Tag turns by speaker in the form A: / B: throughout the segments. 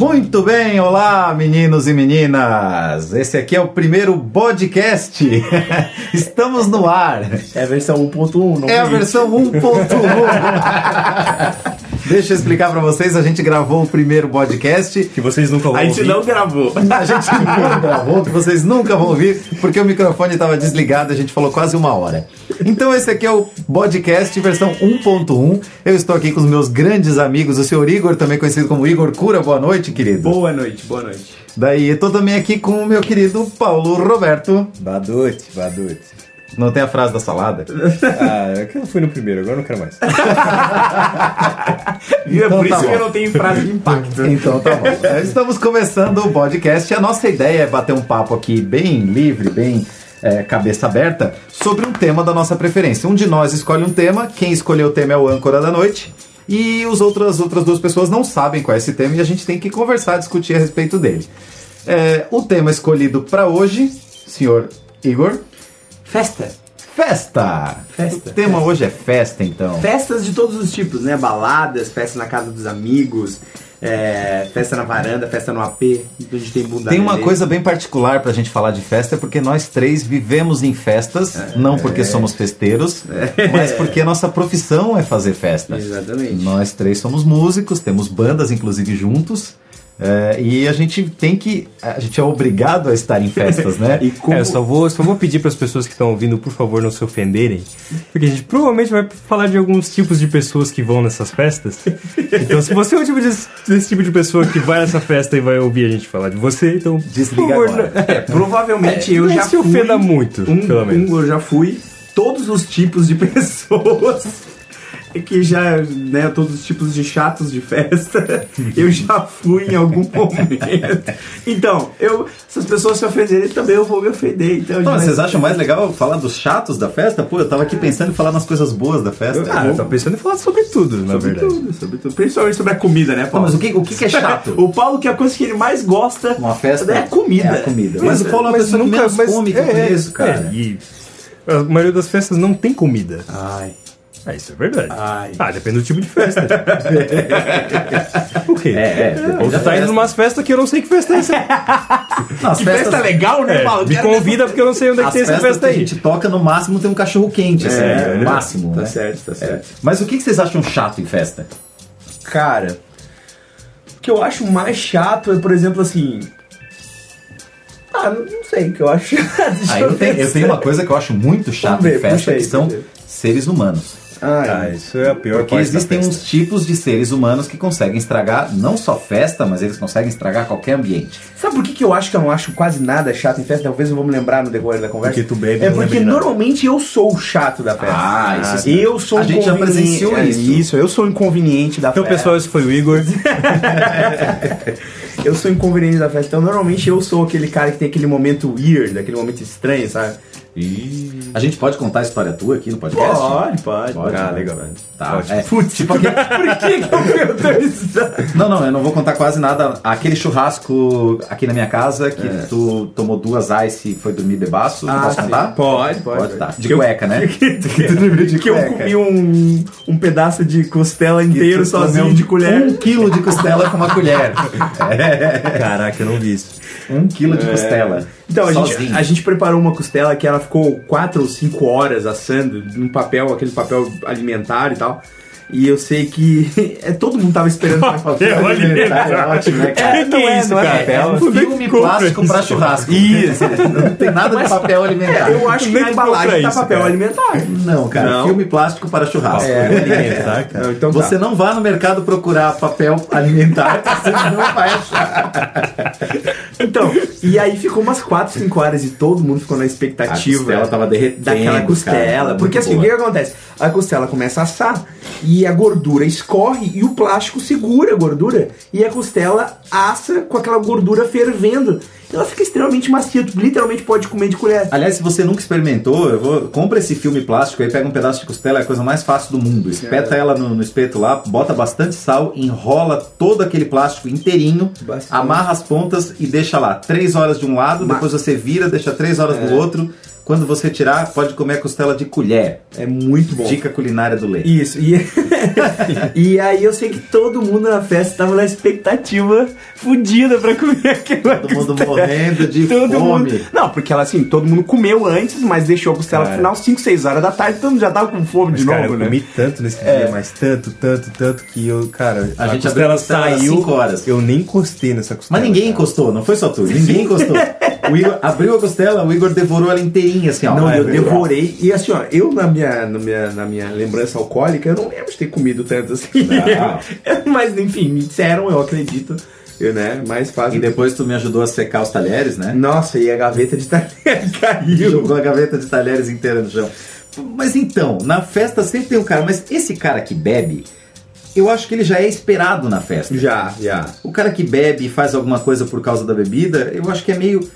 A: Muito bem, olá meninos e meninas! Esse aqui é o primeiro podcast. Estamos no ar.
B: É a versão 1.1, não
A: É a versão 1.1. Deixa eu explicar pra vocês, a gente gravou o primeiro podcast.
B: Que vocês nunca vão
C: A gente
B: ouvir.
C: não gravou.
A: A gente não gravou, que vocês nunca vão ouvir, porque o microfone estava desligado, a gente falou quase uma hora. Então esse aqui é o podcast versão 1.1. Eu estou aqui com os meus grandes amigos, o senhor Igor, também conhecido como Igor Cura. Boa noite, querido.
C: Boa noite, boa noite.
A: Daí eu tô também aqui com o meu querido Paulo Roberto.
B: Badute, badute.
A: Não tem a frase da salada?
B: Ah, é que eu fui no primeiro, agora eu não quero mais.
C: E é
A: Então
C: por
A: tá
C: isso que
A: bom.
C: eu não tenho frase de impacto.
A: Então tá bom. Estamos começando o podcast. A nossa ideia é bater um papo aqui bem livre, bem é, cabeça aberta, sobre um tema da nossa preferência. Um de nós escolhe um tema, quem escolheu o tema é o âncora da noite. E os outras, as outras duas pessoas não sabem qual é esse tema e a gente tem que conversar, discutir a respeito dele. É, o tema escolhido para hoje, senhor Igor,
C: Festa.
A: festa.
C: Festa.
A: O tema hoje é festa, então.
C: Festas de todos os tipos, né? Baladas, festa na casa dos amigos, é, festa na varanda, festa no AP, onde tem bunda
A: Tem uma
C: nenê.
A: coisa bem particular pra gente falar de festa, é porque nós três vivemos em festas, não porque somos festeiros, mas porque a nossa profissão é fazer festa.
C: Exatamente.
A: Nós três somos músicos, temos bandas inclusive juntos. é, e a gente tem que. A gente é obrigado a estar em festas, né?
C: E como...
D: É, eu só vou, só vou pedir para as pessoas que estão ouvindo, por favor, não se ofenderem, porque a gente provavelmente vai falar de alguns tipos de pessoas que vão nessas festas. Então, se você é o tipo de- desse tipo de pessoa que vai nessa festa e vai ouvir a gente falar de você, então
A: Desliga
D: por favor, né?
A: agora.
D: não-
C: É, provavelmente eu
D: não
C: já
D: se
C: fui...
D: ofenda muito,
C: um,
D: pelo menos.
C: um, eu já fui todos os tipos de pessoas que já, né, todos os tipos de chatos de festa, eu já fui em algum momento. Então, eu, se as pessoas se ofenderem também, eu vou me ofender. Então,
A: Não,
C: mas-
A: vocês acham mais legal falar dos chatos da festa? Pô, eu tava aqui pensando em falar nas coisas boas da festa.
D: Ah, eu tava pensando em falar sobre tudo, na
C: sobre
D: verdade.
C: tudo, sobre tudo. Principalmente sobre a comida, né,
A: Não,
C: Paulo?
A: mas o que, o que que é chato?
C: O Paulo, que é a coisa que ele mais gosta
A: Uma festa
C: é a comida.
A: é a comida. Mas o Paulo é uma
D: Mas
A: pessoa que menos come que eu conheço, cara.
D: é, e a maioria das festas não tem comida.
C: Ai,
D: Ah, isso é verdade.
C: Ai.
D: Ah, depende do tipo de festa. o quê?
A: É, é, depende
D: Ou
A: da
D: tu tá
A: festa.
D: indo numas festas que eu não sei que festa é essa. É,
A: Não, as
C: que festa legal, né, Paulo?
D: Me
C: Quero-
D: convida porque eu não sei onde é que
A: As
D: tem essa
A: festas que
D: festa
A: a
D: aí.
A: gente toca, no máximo tem um cachorro quente, assim,
C: É,
A: no máximo,
C: Tá
A: né?
C: certo, tá certo.
A: Mas o que que vocês acham chato em festa?
C: Cara, o que eu acho mais chato é, por exemplo, assim. Ah, não, não sei o que eu acho chato. Deixa
A: Ah, eu, tenho, eu
C: pensar.
A: tenho uma coisa que eu acho muito chato
C: Vamos ver,
A: em festa,
C: puxa aí,
A: que são
C: puxa aí.
A: seres humanos.
C: Ai,
D: Ah, isso é a pior
A: Porque
D: parte da
A: existem
D: festa.
A: uns tipos de seres humanos que conseguem estragar não só festa, mas eles conseguem estragar qualquer ambiente.
C: Sabe por que, que eu acho que eu não acho quase nada chato em festa? Talvez eu vou me lembrar no decorrer da conversa.
D: Porque tu bebe,
C: É
D: não
C: porque
D: lembra de nada.
C: normalmente eu sou o chato da festa.
A: Ah, isso sim.
C: Eu sou
A: A
C: o
A: gente já
C: conveni-
A: presenciou
C: é,
A: isso.
C: Isso, eu sou o inconveniente da
D: Então,
C: festa.
D: pessoal, esse foi o Igor.
C: Eu sou o inconveniente da festa. Então, normalmente eu sou aquele cara que tem aquele momento weird, aquele momento estranho, sabe?
A: A gente pode contar a história tua aqui no podcast?
C: Pode, pode.
A: Pode,
C: Ah,
A: né?
C: legal.
A: Tá,
D: Ótimo.
A: é, tipo aquele-
C: Por que, que eu perguntei isso?
A: Não, não, eu não vou contar quase nada. Aquele churrasco aqui na minha casa que tu tomou duas ice e foi dormir bebaço. posso
C: sim.
A: contar?
C: Pode, pode.
A: Pode tá. De
C: Que eu-
A: cueca, né?
C: que,
A: de
C: que eu
A: cueca.
C: comi um, um pedaço de costela inteiro
A: Tu
C: sozinho
A: comeu
C: de colher.
A: Um quilo de costela com uma colher.
D: Caraca, eu não vi isso.
A: Um quilo de costela.
C: Então, a gente,
A: sozinho.
C: a gente preparou uma costela que ela ficou 4 ou 5 horas assando num papel, aquele papel alimentar e tal. E eu sei que é, todo mundo tava esperando pra
D: Papel
A: Tá
D: alimentar.
C: É ótimo, né, cara?
D: Que que é isso, cara?
A: É um
D: Como é que
A: filme
D: compra
A: plástico
D: isso?
A: pra churrasco. Isso. Não tem nada de papel alimentar.
C: Eu acho que
D: Nem
C: na
D: compra
C: embalagem tá
D: isso,
C: papel
D: cara.
C: alimentar.
A: Não, cara.
C: Não.
A: Filme plástico para churrasco. É.
D: alimentar, cara.
C: Então tá.
A: Você não vá no mercado procurar papel alimentar, você não vai achar. tá.
C: Então, e aí ficou umas 4, 5 horas e todo mundo ficou na
A: A
C: expectativa.
A: costela tava derretendo.
C: daquela costela.
A: cara.
C: porque
A: Muito
C: assim, o
A: boa.
C: que, que acontece? A costela começa a assar e a gordura escorre e o plástico segura a gordura e a costela assa com aquela gordura fervendo. Então, Ela fica extremamente macia, tu literalmente pode comer de colher.
A: Aliás, se você nunca experimentou, eu vou... compra esse filme plástico aí, pega um pedaço de costela, é a coisa mais fácil do mundo.
C: É.
A: Espeta ela no, no espeto lá, bota bastante sal, enrola todo aquele plástico inteirinho,
C: Bastante.
A: amarra as pontas e deixa lá. Três horas de um lado,
C: Ma-
A: depois você vira, deixa três horas
C: É.
A: do outro. Quando você tirar, pode comer a costela de colher.
C: É muito bom.
A: Dica culinária do leite.
C: Isso, e E aí eu sei que todo mundo na festa tava na expectativa fodida pra comer aquela
A: Todo mundo
C: costela.
A: morrendo de
C: Todo
A: fome. É.
C: mundo- Não, porque ela assim, todo mundo comeu antes, mas deixou a costela pro
D: Cara.
C: final 5, 6 horas da tarde, todo mundo já tava com fome de
D: cara,
C: novo,
D: eu
C: né?
D: comi tanto nesse dia, mas tanto, tanto, tanto que eu, cara,
A: É. A
D: a,
A: gente abriu
D: costela
A: a costela às
D: saiu.
A: cinco horas.
D: Eu nem encostei nessa costela.
A: Mas ninguém
D: cara.
A: encostou, não foi só tu. Ninguém encostou. O Igor abriu a costela, o Igor devorou ela inteirinha, assim, ó.
C: Não, é
A: Vai,
C: eu
A: vai,
C: devorei. E assim, ó, eu na minha, na, minha, na minha lembrança alcoólica, eu não lembro de ter comido tanto assim.
A: Ah.
C: Mas enfim, me disseram, eu acredito. Eu, né? Mas
A: vai. E
C: fazem depois.
A: depois tu me ajudou a secar os talheres, né?
C: Nossa, e a gaveta de talher caiu.
A: Jogou a gaveta de talheres inteira no chão. Mas então, na festa sempre tem um cara, mas esse cara que bebe, eu acho que ele já é esperado na festa.
C: Já, já.
A: O cara que bebe e faz alguma coisa por causa da bebida, eu acho que é meio.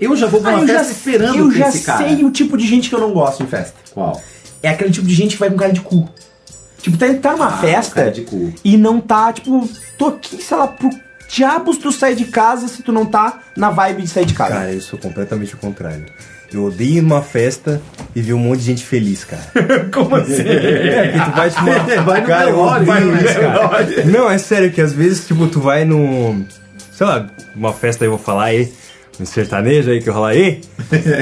A: Eu já vou pra
C: Ah,
A: uma
C: eu já,
A: festa esperando
C: eu
A: que
C: já
A: esse cara.
C: sei o tipo de gente que eu não gosto em festa.
A: Qual?
C: É aquele tipo de gente que vai com cara de cu. Tipo, tá, tá numa festa
A: Ah, Cara de cu.
C: e não tá, tipo, tô aqui, sei lá, pro diabos tu sair de casa se tu não tá na vibe de sair de casa.
D: Cara, eu sou completamente o contrário. Eu odeio ir numa festa e ver um monte de gente feliz, cara.
C: como assim?
D: É, porque tu vai te uma...
A: Vai no
D: cara, eu
A: velório,
D: odeio
A: né?
D: isso, cara. Não, é sério que às vezes, tipo, tu vai num. Sei lá, uma festa aí, eu vou falar aí. Um sertanejo aí que eu rolar aí.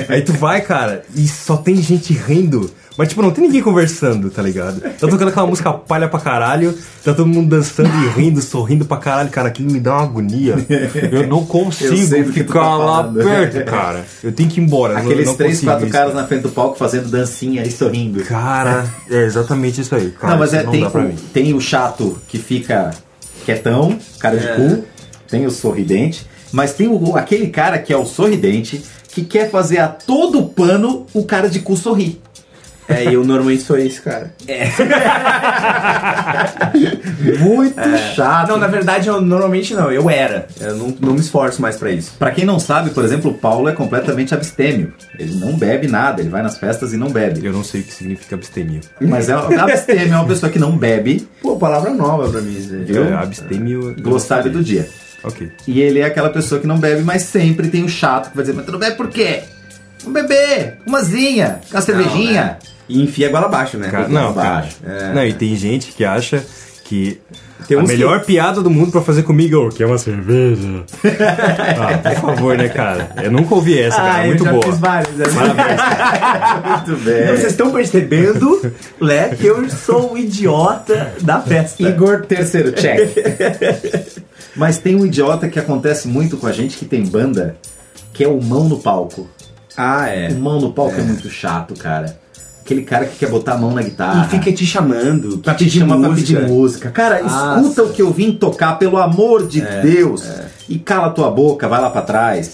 D: Aí tu vai, cara, e só tem gente rindo. Mas, tipo, não tem ninguém conversando, tá ligado? Tá tocando aquela música palha pra caralho, tá todo mundo dançando e rindo, sorrindo pra caralho, cara, aquilo me dá uma agonia. Eu não consigo
A: Eu sei do que tu
D: ficar
A: tá
D: lá
A: falando.
D: perto, cara. Eu tenho que ir embora. eu não- eu
A: Aqueles
D: não
A: três,
D: consigo
A: quatro
D: isso,
A: caras na frente do palco fazendo dancinha e sorrindo.
D: Cara, é exatamente isso aí, cara.
A: não, mas
D: isso
A: é, tem,
D: dá pra
A: o,
D: mim.
A: tem o chato que fica quietão, cara de cu, tem o sorridente, mas tem o, aquele cara que é o sorridente que quer fazer a todo pano o cara de cu sorrir.
C: É, eu normalmente sou esse, cara.
A: Muito chato.
C: Não, na verdade, eu normalmente não, eu era. Eu não, não me esforço mais pra isso.
A: Pra quem não sabe, por exemplo, o Paulo é completamente abstêmio. Ele não bebe nada, ele vai nas festas e não bebe.
D: Eu não sei o que significa abstemia.
A: Mas é, abstêmio é uma pessoa que não bebe,
C: Pô, palavra nova pra mim, Zé.
A: viu?
D: É, abstemio.
A: Glossário do dia.
D: Ok.
A: E ele é aquela pessoa que não bebe, mas sempre tem o chato que vai dizer, mas tu não bebe por quê? Um bebê, uma zinha, uma cervejinha.
C: E enfia a goela abaixo, né?
D: Cara, não, cara.
A: baixo.
D: Não, e tem gente que acha que.
C: é. Tem
D: a
C: uns
D: melhor piada do mundo pra fazer comigo é o que é uma cerveja. ah, por favor, né, cara? Eu nunca ouvi essa, cara.
C: Ah,
D: é
C: eu
D: Muito
C: já
D: boa.
C: fiz vários. né?
A: Muito bem.
C: Então, vocês estão percebendo, né, que eu sou o idiota da festa.
A: Igor, terceiro, check. mas tem um idiota que acontece muito com a gente que tem banda, que é o mão no palco.
C: Ah, é.
A: O mão no palco é, muito chato, cara. Aquele cara que quer botar a mão na guitarra.
C: E fica te chamando,
A: Pra
C: que te
A: pedir, chama pra
C: música.
A: pedir música. Cara,
C: Ah, É,
A: escuta o que eu vim tocar, pelo amor de Deus. E cala tua boca, vai lá pra trás.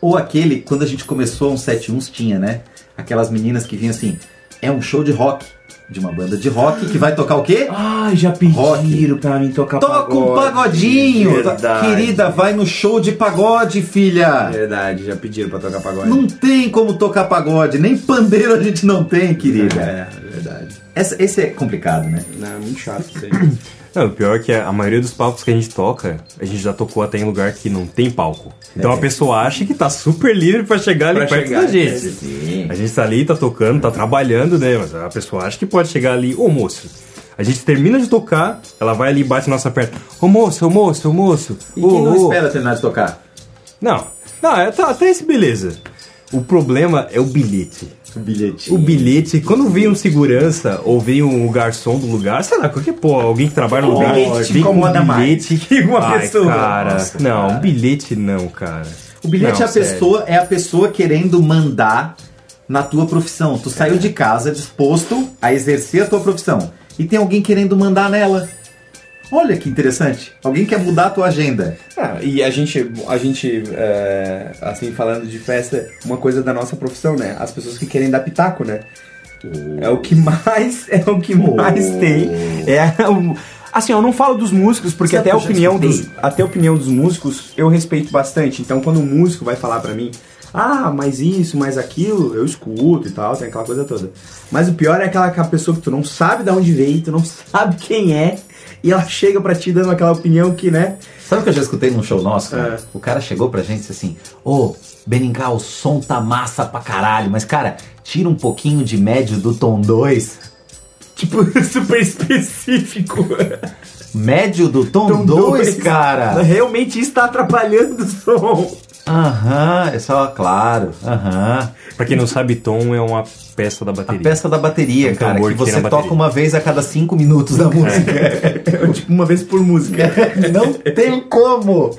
A: Ou aquele, quando a gente começou, uns 7 uns tinha, né? Aquelas meninas que vinham assim, é um show de rock. De uma banda de rock que vai tocar o quê?
C: Ah, já pediram pra mim tocar
A: Toca um pagodinho! Querida, vai no show de pagode, filha!
C: Verdade, já pediram pra tocar pagode.
A: Não tem como tocar pagode, nem pandeiro a gente não tem, querida.
C: É, verdade.
A: Essa- esse é complicado, né?
C: Não, é muito chato isso aí.
D: Não, o pior é que a a maioria dos palcos que a gente toca, a gente já tocou até em lugar que não tem palco.
A: É.
D: Então a pessoa acha que tá super livre pra chegar ali
C: Pra
D: perto
C: chegar,
D: da gente.
A: é, Sim.
D: A gente tá ali, tá tocando, tá trabalhando, né? Mas a pessoa acha que pode chegar ali, ô moço. A gente termina de tocar, ela vai ali e bate nossa perna. Ô moço, ô moço, ô moço.
A: E
D: ô,
A: quem não
D: ô.
A: espera terminar de tocar?
D: Não, não, é, tá, até esse beleza. O problema é o bilhete.
A: O bilhete.
D: O bilhete, quando vem um segurança ou vem um garçom do lugar, sei lá, qualquer porra, alguém que trabalha no
C: O
D: lugar,
C: bilhete te
D: vem com um
C: incomoda mais
D: bilhete
C: que uma
D: Ai,
C: pessoa.
D: Cara,
A: Nossa,
D: não, um
A: cara.
D: bilhete não, cara.
A: O bilhete
D: Não,
A: é, a
D: sério.
A: pessoa, é a pessoa querendo mandar na tua profissão. Tu saiu de casa disposto a exercer a tua profissão. E tem alguém querendo mandar nela. Olha que interessante. Alguém quer mudar a tua agenda.
C: Ah, e a gente, a gente é, assim, falando de festa, uma coisa da nossa profissão, né? As pessoas que querem dar pitaco, né? É o que mais, é o que mais
A: Oh.
C: tem. É o- assim, eu não falo dos músicos porque
A: Sabe
C: até
A: que
C: a
A: eu já
C: opinião dos,
A: escutei?
C: até a opinião dos músicos eu respeito bastante. Então, quando um músico vai falar pra mim, ah, mas isso, mas aquilo, eu escuto e tal, tem aquela coisa toda. Mas o pior é aquela que a pessoa que tu não sabe de onde veio, tu não sabe quem é, e ela chega pra ti dando aquela opinião que, né?
A: Sabe o que eu já escutei num show nosso? cara?
C: É.
A: O cara chegou pra gente e disse assim: Ô, Benincá, o som tá massa pra caralho, mas cara, tira um pouquinho de médio do tom 2.
C: tipo, super específico.
A: Médio do tom
C: Tom
A: 2,
C: dois.
B: Ah.
A: cara.
C: Realmente está atrapalhando o som.
A: Aham, é só claro. Aham.
D: Pra quem não sabe, tom é uma peça da
A: A
D: bateria.
A: peça da bateria,
D: Um
A: cara,
D: tambor
A: que
D: que tem
A: você
D: na
A: toca
D: bateria.
A: uma vez a cada cinco minutos da música.
C: Tipo, uma vez por música.
A: Não tem como.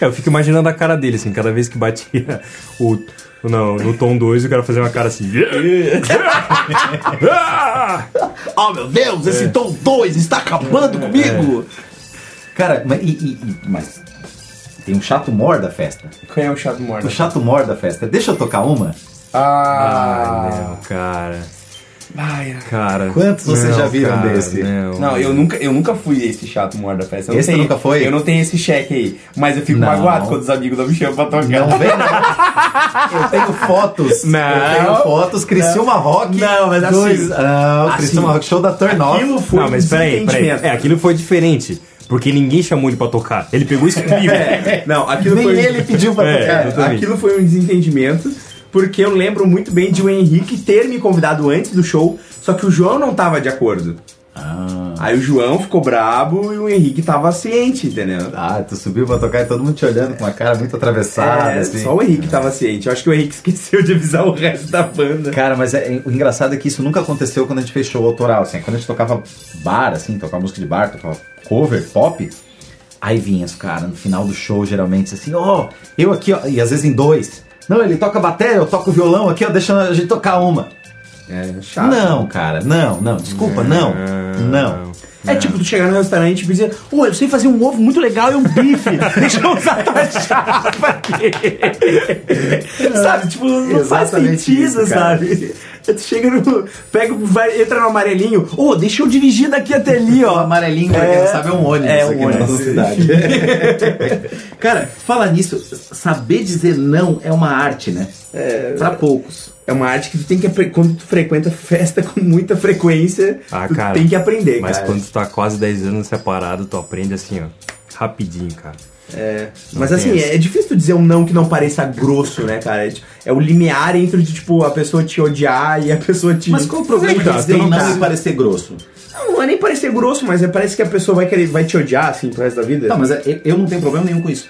D: É, eu fico imaginando a cara dele, assim, cada vez que batia o. Não, no tom 2 o cara fazia uma cara assim.
C: Oh, meu Deus, esse Tom 2 está acabando
B: É.
C: comigo. é.
A: Cara, mas, e- e- e- mas tem um chato mor da festa.
B: Quem é o chato morto?
A: O chato mor da festa. Deixa eu tocar uma?
B: Ah,
D: Não, cara.
B: Ai,
D: Cara.
A: Quantos vocês já viram
D: cara,
A: desse?
D: Não.
B: Não, eu nunca, eu nunca fui esse chato maior da festa. Eu não
A: Esse
B: tenho-
A: nunca foi?
B: Eu não tenho esse cheque aí. Mas eu fico
A: Não.
B: magoado quando os amigos não me chamam pra tocar.
A: Não vem não. Tá Eu tenho fotos.
D: Não.
A: Eu tenho fotos. Criciúma Rock.
C: Não, mas assim-
A: dois, ah, o
C: assim,
A: Criciúma Rock Show da Turn Off.
C: Aquilo foi
D: Não, mas
C: um
D: peraí, peraí.
C: desentendimento.
D: É, aquilo foi diferente. Porque ninguém chamou ele pra tocar. Ele pegou isso comigo.
C: Não, aquilo
A: Nem
C: foi...
A: ele pediu pra
D: É,
A: tocar.
C: É,
D: exatamente.
C: aquilo foi um desentendimento, porque eu lembro muito bem de o Henrique ter me convidado antes do show, só que o João não tava de acordo.
A: Ah,
C: Aí o João ficou brabo e o Henrique tava ciente, entendeu?
A: Ah, tu subiu pra tocar e todo mundo te olhando com uma cara muito atravessada,
C: É,
A: assim.
C: Só o Henrique tava ciente. Eu acho que o Henrique esqueceu de avisar o resto da banda.
A: Cara, mas é- o engraçado é que isso nunca aconteceu quando a gente fez show autoral, assim. Quando a gente tocava bar, assim, tocava música de bar, tocava cover, pop, aí vinha os caras no final do show, geralmente, assim, ó, eu aqui, ó, e às vezes em dois. Não, ele toca bateria, eu toco violão aqui, ó, deixando a gente tocar uma.
C: É chato.
A: Não, cara, não, não, desculpa, não, não.
C: É tipo tu chegar no restaurante e dizer, ô, eu sei fazer um ovo muito legal e um bife. Deixa eu usar tua chapa aqui. sabe, tipo, não faz
A: Exatamente
C: sentido,
A: isso, cara.
C: sabe? Aí Tu chega no. Pega, vai, entra no amarelinho, ô, deixa eu dirigir daqui até ali,
A: O
C: ó.
A: amarelinho, pra quem não sabe, é um ônibus
C: é um
A: aqui na
C: ônibus.
A: nossa cidade. cara, fala nisso, saber dizer não é uma arte, né? É. Pra poucos.
C: É uma arte que tu tem que aprender. Quando tu frequenta festa com muita frequência,
D: Ah,
C: tu
D: cara,
C: tem que aprender,
D: Mas
C: cara.
D: quando tu tá quase 10 anos separado, tu aprende assim, ó. Rapidinho, cara.
C: Mas
D: Não
C: assim,
D: tem
C: é, é difícil tu dizer um não que não pareça grosso, né, cara? É, ti- é o limiar entre, tipo, a pessoa te odiar e a pessoa te. é
A: Mas qual o problema
D: Então,
A: de dizer
D: tu não
A: não
D: tá-
A: e parecer grosso?
C: Não, não é nem parecer grosso, mas é, parece que a pessoa vai, querer, vai te odiar, assim, pro resto da vida.
A: Não, mas é- eu- eu não tenho problema nenhum com isso.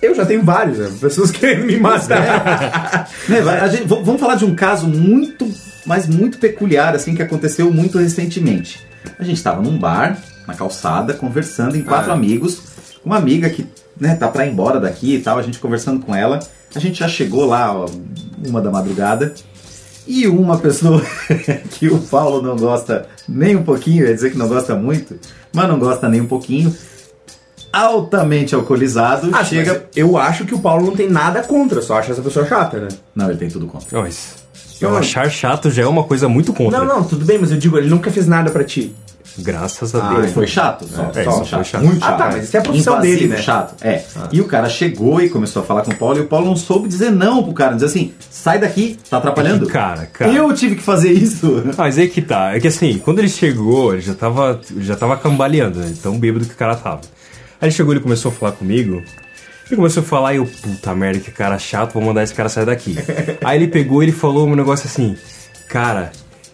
C: Eu já tenho vários, né? Pessoas querendo me matar.
A: Né, vai- a gente- v- vamos falar de um caso muito, mas muito peculiar, assim, que aconteceu muito recentemente. A gente estava num bar, na calçada, conversando em quatro amigos. Uma amiga que né, tá pra ir embora daqui e tal, a gente conversando com ela. A gente já chegou lá, ó, uma da madrugada. E uma pessoa que o Paulo não gosta nem um pouquinho, ia dizer que não gosta muito, mas não gosta nem um pouquinho, altamente alcoolizado,
C: Ah,
A: chega.
C: chega. Eu acho que o Paulo não tem nada contra, só acho essa pessoa chata, né?
A: Não, ele tem tudo contra.
D: Ó, isso.
C: Eu
D: Eu
C: não-
D: achar chato já é uma coisa muito contra.
C: Não, não, tudo bem, mas eu digo, ele nunca fez nada pra ti.
D: Graças a
A: Ah,
D: Deus.
A: ele foi chato? Só,
D: é,
A: só
D: só foi
A: chato.
D: chato.
A: Muito
C: Ah,
A: chato.
C: tá, mas isso é a profissão
A: Invasivo,
C: dele, né?
A: chato, é. E o cara chegou e começou a falar com o Paulo e o Paulo não soube dizer não pro cara. Dizer assim, sai daqui, tá atrapalhando.
D: Cara, cara.
A: Eu tive que fazer isso.
D: Mas aí que tá. É que assim, quando ele chegou, ele já tava, já tava cambaleando, né? Tão bêbado que o cara tava. Aí ele chegou, ele começou a falar comigo. Ele começou a falar e eu, puta merda, que cara chato, vou mandar esse cara sair daqui. aí ele pegou ele falou um negócio assim, cara.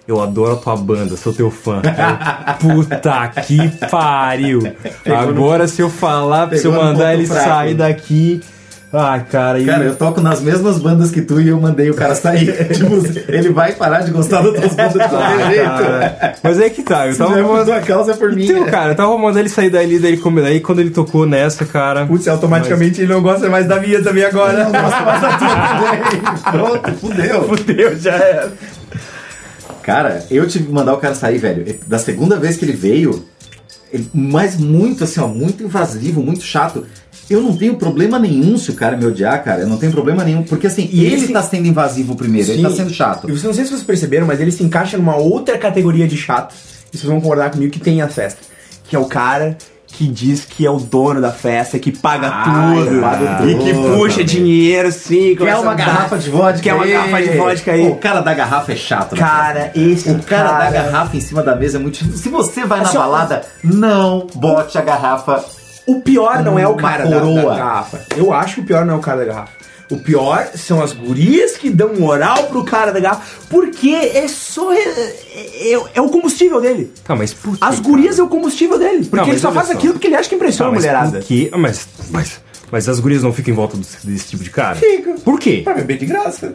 D: Eu adoro a tua banda, sou teu fã. Aí eu, Puta que pariu! Agora, se eu falar, se
A: pegou
D: eu
A: no
D: mandar
A: ponto
D: ele
A: fraco.
D: sair daqui. Ai, cara, e-
A: Cara, eu toco nas mesmas bandas que tu e eu mandei o cara sair. tipo, ele vai parar de gostar das tuas bandas de qualquer jeito.
D: Ah, cara. Mas aí que tá, eu
A: Se não
D: tava
A: é por tua causa, é por mim.
D: Então, cara, eu tava mandando ele sair dali, daí ele combinou. Aí quando ele tocou nessa, cara.
C: Putz, automaticamente ele não gosta mais da minha também agora.
A: Não gosto mais da tua também. Pronto, fudeu.
C: Fudeu, já era.
A: Cara, eu tive que mandar o cara sair, velho. Da segunda vez que ele veio, ele- mas muito assim, ó, muito invasivo, muito chato. Eu não tenho problema nenhum se o cara me odiar, cara. Eu não tenho problema nenhum. Porque assim,
C: E
A: ele
C: esse-
A: tá sendo invasivo primeiro, ele
C: Sim.
A: tá sendo chato.
C: E você não sei se vocês perceberam, mas ele se encaixa numa outra categoria de chato. E vocês vão concordar comigo que tem a festa. Que é o cara que diz que é o dono da festa, que paga
A: Ah, ele
C: tudo,
A: paga
C: e que
A: tudo,
C: puxa
A: também.
C: dinheiro, sim.
A: Quer uma garrafa de vodka
C: Quer uma
A: aí?
C: garrafa de vodka aí.
A: O cara da garrafa é chato, né,
C: Cara, esse
A: O cara, é
C: cara
A: da garrafa em cima da mesa é muito chato. Se você vai na
C: Assim, ó,
A: balada, não bote a garrafa.
C: O pior não é o cara da, da
A: coroa.
C: garrafa. Eu acho que o pior não é o cara da garrafa. O pior são as gurias que dão moral pro cara da garrafa, porque é só. É, é- é o combustível dele.
D: Tá, mas por quê?
C: As gurias é o combustível dele. Porque
D: Não,
C: ele
D: mas
C: só
D: olha
C: faz
D: só.
C: aquilo porque ele acha
D: Tá,
C: que impressiona a
D: mas
C: mulherada.
D: por quê? Mas, mas, mas as gurias não ficam em volta desse, desse tipo de cara?
C: Fica. Tá
D: Por quê?
C: Pra beber de graça.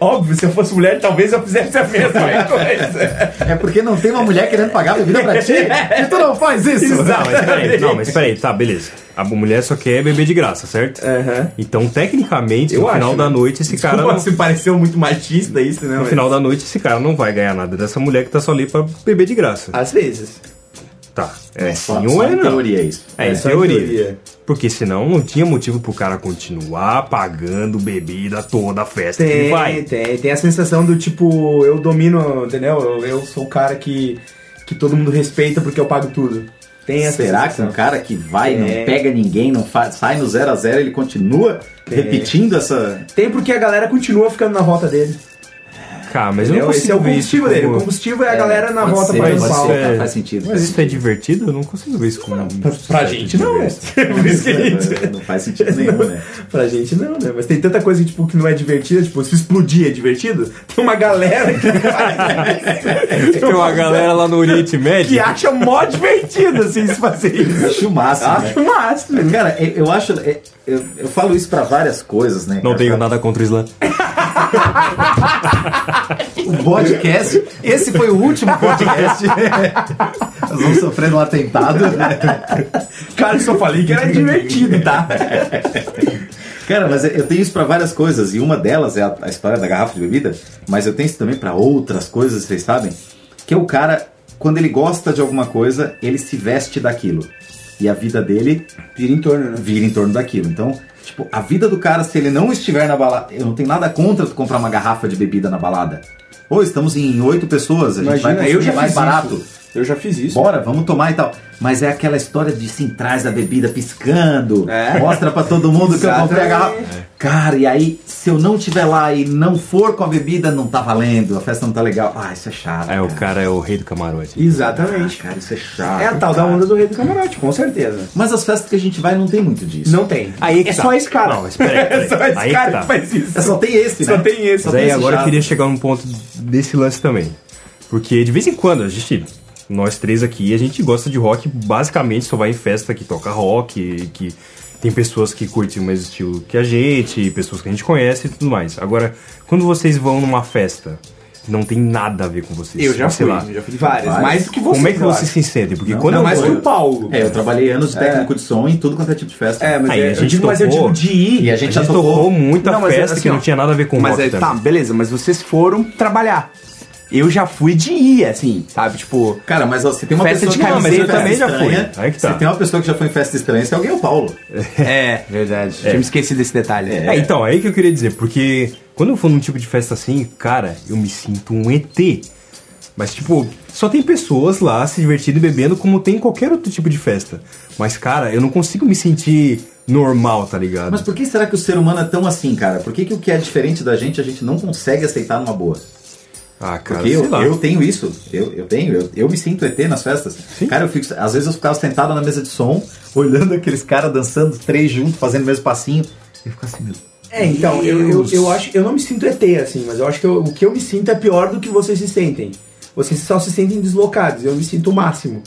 C: Óbvio, se eu fosse mulher, talvez eu fizesse a mesma coisa.
A: É porque não tem uma mulher querendo pagar a bebida pra ti?
C: É.
A: E tu não faz isso?
D: Não, mas peraí, não, mas peraí, tá, beleza. A mulher só quer beber de graça, certo?
C: Aham.
D: Então, tecnicamente,
C: É. Eu
D: no
C: acho,
D: final da
C: né?
D: noite, esse cara.
C: Desculpa
D: não-
C: se pareceu muito machista isso, né?
D: No
C: mas-
D: final da noite, esse cara não vai ganhar nada dessa mulher que tá só ali pra beber de graça.
C: Às vezes.
D: Tá. É sim ou é
A: em
D: não?
A: teoria é isso.
D: É, em
C: só em
D: teoria.
C: teoria.
D: Porque senão não tinha motivo pro cara continuar pagando bebida toda a festa que ele
C: Tem,
D: vai.
C: tem. Tem a sensação do tipo, eu domino, entendeu? Eu, eu sou o cara que, que todo mundo respeita porque eu pago tudo. Tem essa
A: Será que
C: sensação.
A: um cara que vai,
C: É.
A: não pega ninguém, não faz, sai no 0 a 0 ele continua
C: É.
A: repetindo essa.
C: Tem porque a galera continua ficando na volta dele.
D: Cara, mas eu
C: entendeu?
D: não
C: Esse é
D: consigo
C: o
D: ver isso. tipo,
C: combustível dele. O
D: como-
C: combustível é a galera na
A: pode
C: volta
A: ser,
C: pra
A: pode
C: São
A: ser.
C: Paulo.
A: Tá, faz sentido,
D: Mas
A: faz
D: isso é divertido? Eu não consigo ver isso como.
C: Pra, pra gente não, né? Por isso que a gente-
A: É, Não faz sentido nenhum, né?
C: Pra gente não, né? Mas tem tanta coisa tipo, que não é divertida, tipo, se explodir é divertido, tem uma galera que
D: Tem É uma galera lá no Oriente
C: que
D: Médio.
C: acha mó divertido, assim, se fazer isso.
A: Acho o máximo, né?
C: Acho o máximo.
A: Cara, é, eu, eu acho. Eu, eu- eu falo isso pra várias coisas, né?
D: Não
A: cara?
D: tenho nada contra o Islã.
A: O podcast. Esse foi o último podcast. Nós vamos sofrer um atentado.
C: Cara, eu só falei que era divertido, tá?
A: Cara, mas eu tenho isso pra várias coisas. E uma delas é a, a história da garrafa de bebida. Mas eu tenho isso também pra outras coisas, vocês sabem? Que é o cara, quando ele gosta de alguma coisa, ele se veste daquilo. E a vida dele
C: Vira em torno, né?
A: vira em torno daquilo. Então, tipo, a vida do cara, se ele não estiver na balada. Eu não tenho nada contra tu comprar uma garrafa de bebida na balada. Ou estamos em oito pessoas, a gente vai consumir mais barato.
C: Isso. é Eu já fiz isso.
A: Bora, vamos tomar e tal. Mas é aquela história de sim, traz a bebida piscando,
C: É.
A: mostra pra todo mundo que eu comprei a
C: Exatamente.
A: garrafa. Cara, e aí, se eu não tiver lá e não for com a bebida, não tá valendo, a festa não tá legal. Ah, isso é chato.
D: É, o
A: cara.
D: cara é o rei do camarote.
A: Ah,
C: Exatamente.
A: cara, isso é chato.
C: É a tal da
A: cara.
C: onda do rei do camarote, com certeza.
A: Mas as festas que a gente vai não tem muito disso.
C: Não tem.
D: Aí que
C: é
D: tá.
C: só esse cara.
D: Não, mas peraí, peraí.
C: É só esse
D: Aí que
C: cara
D: tá.
C: que faz isso.
A: É, só tem esse,
C: Só
A: né?
C: tem esse.
A: Só
D: Mas aí
A: tem esse
D: agora eu
A: chato.
D: queria chegar num ponto desse lance também. Porque de vez em quando a gente. Nós três aqui, a gente gosta de rock, basicamente só vai em festa que toca rock, que tem pessoas que curtem o mesmo estilo que a gente, pessoas que a gente conhece e tudo mais. Agora, quando vocês vão numa festa que não tem nada a ver com vocês,
C: Eu já
D: sei
C: fui,
D: lá,
C: já fui várias.
A: Várias.
C: Mais do que você.
D: como é que vocês se sentem? Porque quando
C: Não,
D: eu
C: mais
D: vou-
C: que o Paulo.
A: É, eu trabalhei anos de técnico de som em tudo quanto é tipo de festa.
C: É, mas,
D: Aí,
C: é,
D: a
C: eu
D: gente
C: digo, mas eu digo
D: topou.
C: de ir.
A: E a
D: a
A: gente já
D: gente tocou,
A: tocou.
D: muita
C: Não, mas é
D: festa
C: assim,
D: que não
C: ó.
D: tinha nada a ver com
C: Mas
D: rock
C: é,
D: também.
C: tá, beleza, mas vocês foram trabalhar. Eu já fui de ir, assim, sabe? Tipo,
A: Cara, mas ó, se tem uma
C: Festa
A: pessoa
C: de
A: que já foi em
C: camiseta
A: festa
D: também já
A: estranha,
D: fui. Aí que tá.
A: Se tem uma pessoa que já foi em festa estranha, esse alguém é o Paulo.
C: é, verdade. Tinha me esquecido desse detalhe.
D: É, então, é aí que eu queria dizer, porque quando eu for num tipo de festa assim, cara, eu me sinto um ET. Mas, tipo, só tem pessoas lá se divertindo e bebendo como tem em qualquer outro tipo de festa. Mas, cara, eu não consigo me sentir normal, tá ligado?
A: Mas por que será que o ser humano é tão assim, cara? Por que, que o que é diferente da gente a gente não consegue aceitar numa boa?
D: ah, cara,
A: Porque
D: sei
A: eu,
D: lá.
A: eu tenho isso, eu, eu tenho, eu, eu me sinto ET nas festas. Cara, eu fico, às vezes eu ficava sentado na mesa de som, olhando aqueles caras dançando três juntos, fazendo o mesmo passinho. Eu ficava assim, meu.
C: É, então, eu, eu, eu acho, eu não me sinto ET, assim, mas eu acho que eu- o que eu me sinto é pior do que vocês se sentem. Vocês só se sentem deslocados, eu me sinto o máximo.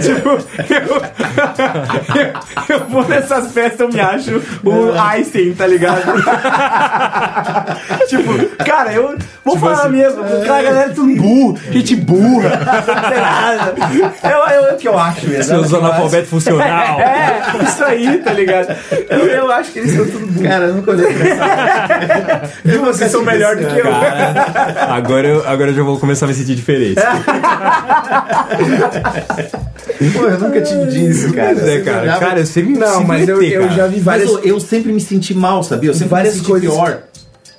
C: tipo, eu, eu, eu vou nessas festas, eu me acho o Einstein, tá ligado? tipo, cara, eu vou
A: assim,
C: falar mesmo, cara, a galera é tudo burro, gente burra, não sei nada. Eu, eu, é o que eu acho mesmo. é o
D: Seus
C: que eu acho.
D: analfabetos funcional.
C: É, isso aí, tá ligado? Eu, eu acho que eles são tudo burro.
A: Cara, eu nunca olhei pra essa-
C: E vocês são
A: é
C: melhor do que eu.
D: Cara, agora eu, agora eu já vou começar a me sentir diferente.
A: Pô, eu nunca te disse, cara.
D: Mas é,
A: Eu
D: cara.
A: olhava-
D: Cara, eu sempre me
C: Não,
D: sinto
C: mas
D: um
C: eu,
D: ET,
C: eu
D: cara.
C: já vi
A: Mas
C: várias.
A: eu, eu sempre me senti mal, sabia? Eu sempre
C: Várias
A: me senti
C: coisas-
A: pior.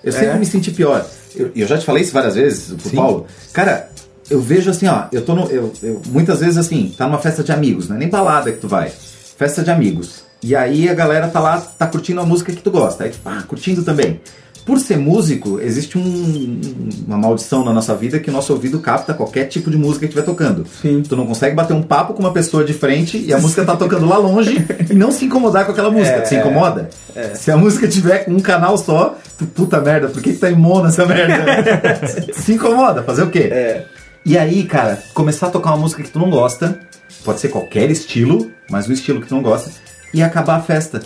A: Eu sempre
C: É.
A: me senti pior. Eu, eu já te falei isso várias vezes pro Paulo. Cara, eu vejo assim, ó, eu tô no. Eu, eu- muitas vezes assim, tá numa festa de amigos, não é nem balada que tu vai. Festa de amigos. E aí a galera tá lá, tá tipo, curtindo a música que tu gosta. Aí, tu, ah, curtindo também. por ser músico, existe um- uma maldição na nossa vida que o nosso ouvido capta qualquer tipo de música que estiver tocando.
C: Sim.
A: Tu não consegue bater um papo com uma pessoa de frente e a música tá tocando lá longe e não se incomodar com aquela
C: É.
A: música. Tu se incomoda? Se a música tiver com um canal só, tu, puta merda, por que, que tá em mono essa merda? se incomoda, fazer o quê?
C: É.
A: E aí, cara, começar a tocar uma música que tu não gosta, pode ser qualquer estilo, mas um estilo que tu não gosta, e acabar a festa.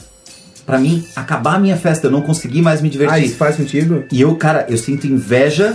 A: Pra mim, acabar a minha festa, eu não consegui mais me divertir.
C: Ah, isso faz sentido?
A: E eu, cara, eu sinto inveja.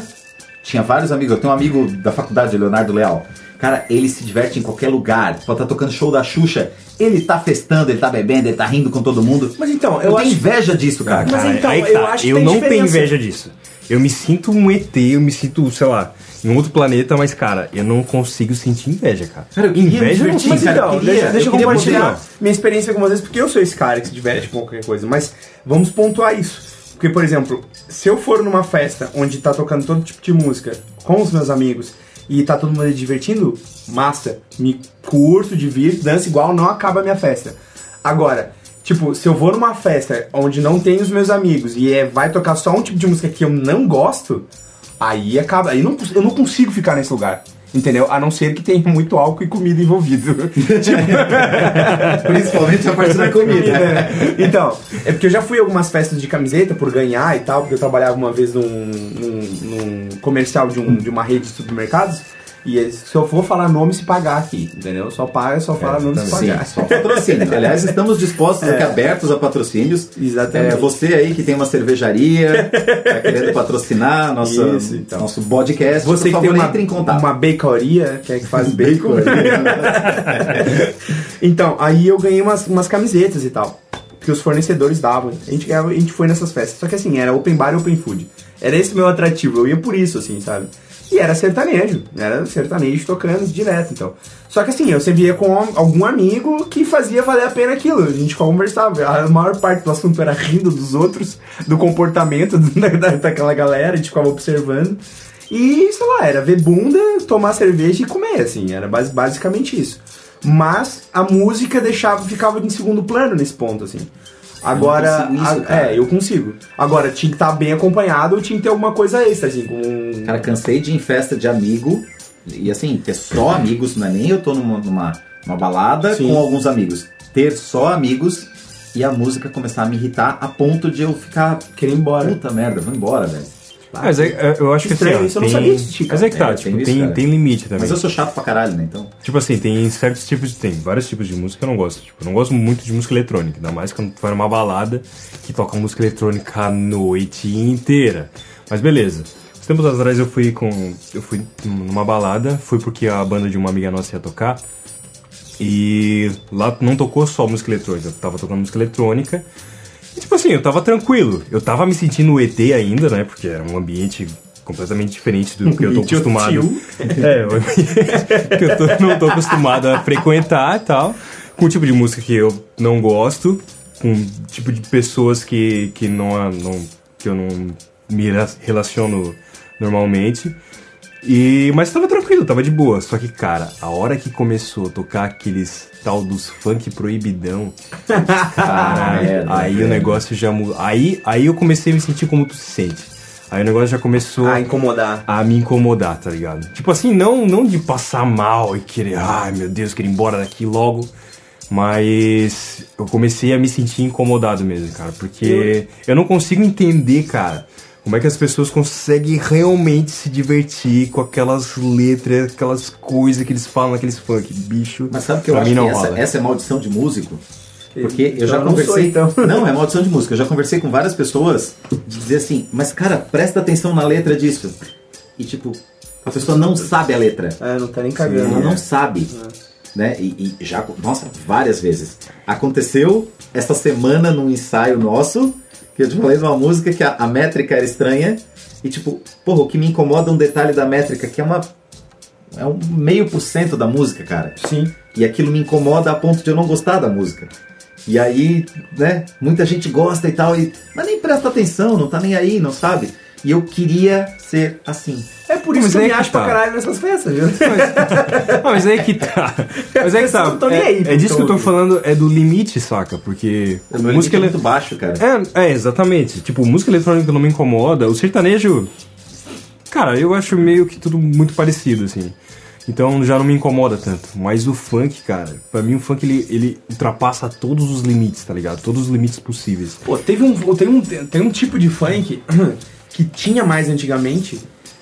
A: Tinha vários amigos. Eu tenho um amigo da faculdade, Leonardo Leal. Cara, ele se diverte em qualquer lugar. Pode estar tocando show da Xuxa. Ele tá festando, ele tá bebendo, ele tá rindo com todo mundo.
C: Mas então,
A: eu
C: eu
A: tenho
C: acho.
A: inveja disso, cara.
C: Mas então,
D: aí tá,
C: eu acho que tem
D: não tenho
C: diferença.
D: inveja disso. Eu me sinto um ET, eu me sinto, sei lá, em outro planeta, mas, cara, eu não consigo sentir inveja, cara.
A: Cara, eu queria
D: inveja
A: me
D: eu não
A: divertir,
D: sinto.
C: Mas
A: cara,
C: então,
A: eu queria-
C: deixa,
A: eu
C: deixa eu
A: queria
C: compartilhar
A: poder-
C: minha experiência algumas vezes, porque eu sou esse cara que se diverte com qualquer coisa, mas vamos pontuar isso. Porque, por exemplo, se eu for numa festa onde tá tocando todo tipo de música com os meus amigos e tá todo mundo ali divertindo, massa, me curto, divirto, danço igual, não acaba a minha festa. Agora, tipo, se eu vou numa festa onde não tem os meus amigos e é, vai tocar só um tipo de música que eu não gosto, aí acaba, aí não, eu não consigo ficar nesse lugar. Entendeu? A não ser que tenha muito álcool e comida envolvido. Tipo,
A: Principalmente a parte da comida.
C: Então, é porque eu já fui a algumas festas de camiseta por ganhar e tal, porque eu trabalhava uma vez num, num- num comercial de, um- de uma rede de supermercados. E eles, se eu for falar nome, se pagar aqui, entendeu? Só paga, só fala nome, se
A: Sim,
C: pagar.
A: só patrocínio. Aliás, estamos dispostos aqui, abertos a patrocínios.
C: É. Exatamente.
A: É, você aí que tem uma cervejaria, tá querendo patrocinar nossa,
C: Isso, então.
A: nosso podcast, por
C: Você que
A: favor,
C: tem uma,
A: entre em contato.
C: uma bacoria, que é que faz bacon.
A: Bacon.
C: Então, aí eu ganhei umas, umas camisetas e tal. Que os fornecedores davam. A gente, ganhava- a gente foi nessas festas. Só que assim, era open bar e open food. Era esse meu atrativo. Eu ia por isso, assim, sabe? E era sertanejo. Era sertanejo tocando direto, então. Só que assim, eu sempre ia com algum amigo que fazia valer a pena aquilo. A gente conversava. A maior parte do assunto era rindo dos outros, do comportamento da, da, daquela galera. A gente ficava observando. E, sei lá, era ver bunda, tomar cerveja e comer, assim. Era bas- basicamente isso. Mas a música deixava, ficava em segundo plano nesse ponto, assim. Agora.
A: consigo isso,
C: a-
A: cara.
C: é, eu consigo. Agora, tinha que estar bem acompanhado ou tinha que ter alguma coisa extra, assim, com.
A: Cara, cansei de ir em festa de amigo. E assim, ter só amigos, não é nem eu tô numa, numa, numa balada
C: Sim.
A: com alguns amigos. Ter só amigos e a música começar a me irritar a ponto de eu ficar.
C: Querer ir embora.
A: Puta merda, vou embora, velho.
D: Ah, Mas é, é, eu acho que assim,
C: Estranho,
D: ó,
C: isso eu não
D: tem...
C: sabia disso, Chico.
D: Mas é que tá,
A: É, tem
D: tipo, tem,
A: isso, cara.
D: tem, limite também.
A: Mas eu sou chato pra caralho, né? Então.
D: Tipo assim, tem certos tipos de. Tem vários tipos de música que eu não gosto. Tipo, eu não gosto muito de música eletrônica, ainda mais quando tu vai numa balada que toca música eletrônica a noite inteira. Mas beleza. Uns tempos atrás eu fui com. Eu fui numa balada, foi porque a banda de uma amiga nossa ia tocar. E lá não tocou só música eletrônica, eu tava tocando música eletrônica. E, tipo assim, eu tava tranquilo. Eu tava me sentindo ET ainda, né? Porque era um ambiente completamente diferente do que eu tô
C: Ambiente
D: acostumado.
C: hostil.
D: É, o ambiente que eu tô- não tô acostumado a frequentar e tal. Com o tipo de música que eu não gosto, com o tipo de pessoas que, que, não, não, que eu não me rela- relaciono normalmente. E, mas tava tranquilo, tava de boa. Só que, cara, a hora que começou a tocar aqueles tal dos funk proibidão,
A: Ah,
D: cara,
A: Merda,
D: aí
A: velho.
D: o negócio já mudou. Aí, aí eu comecei a me sentir como tu se sente. Aí o negócio já começou
C: Ah, incomodar.
D: a me incomodar, tá ligado? Tipo assim, não, não de passar mal e querer, ai meu Deus, querer ir embora daqui logo. Mas eu comecei a me sentir incomodado mesmo, cara, porque eu não consigo entender, cara, como é que as pessoas conseguem realmente se divertir com aquelas letras, aquelas coisas que eles falam naqueles funk, bicho.
A: Mas sabe o que eu
D: pra
A: acho
D: mim não
A: que essa,
D: rola.
A: essa é maldição de músico? Porque eu
C: Então
A: já
C: eu não
A: conversei.
C: sou, então.
A: Não, é maldição de música. Eu já conversei com várias pessoas de dizer assim, mas cara, presta atenção na letra disso. E tipo, a pessoa não sabe a letra.
C: É, não tá nem
A: Ela
C: cagando.
A: não
C: né?
A: sabe. Né? E, e já, nossa, várias vezes. Aconteceu essa semana num ensaio nosso, que eu te falei de uma música que a, a métrica era estranha. E tipo, porra, o que me incomoda é um detalhe da métrica, que é uma. É um meio por cento da música, cara.
D: é.
C: Sim.
A: E aquilo me incomoda a ponto de eu não gostar da música. E aí, né, muita gente gosta e tal, e, mas nem presta atenção, não tá nem aí, não sabe. E eu queria ser assim.
C: É por isso
D: Mas
C: que eu
D: é
C: me
D: que
C: acho
D: tá.
C: pra caralho nessas festas, viu?
D: Ah, mas aí que tá. Mas aí que tá.
C: Eu não tô nem
D: É,
C: aí pro
D: é disso que eu tô
C: todo.
D: falando, é do limite, saca? Porque
A: O meu
D: música
A: música é
D: ele-
A: muito baixo, cara.
D: É, é, exatamente. Tipo, música eletrônica não me incomoda. O sertanejo. Cara, eu acho meio que tudo muito parecido, assim. Então já não me incomoda tanto. Mas o funk, cara, pra mim o funk ele, ele ultrapassa todos os limites, tá ligado? Todos os limites possíveis.
C: Pô, teve um, tem um, tem um tipo de funk que tinha mais antigamente,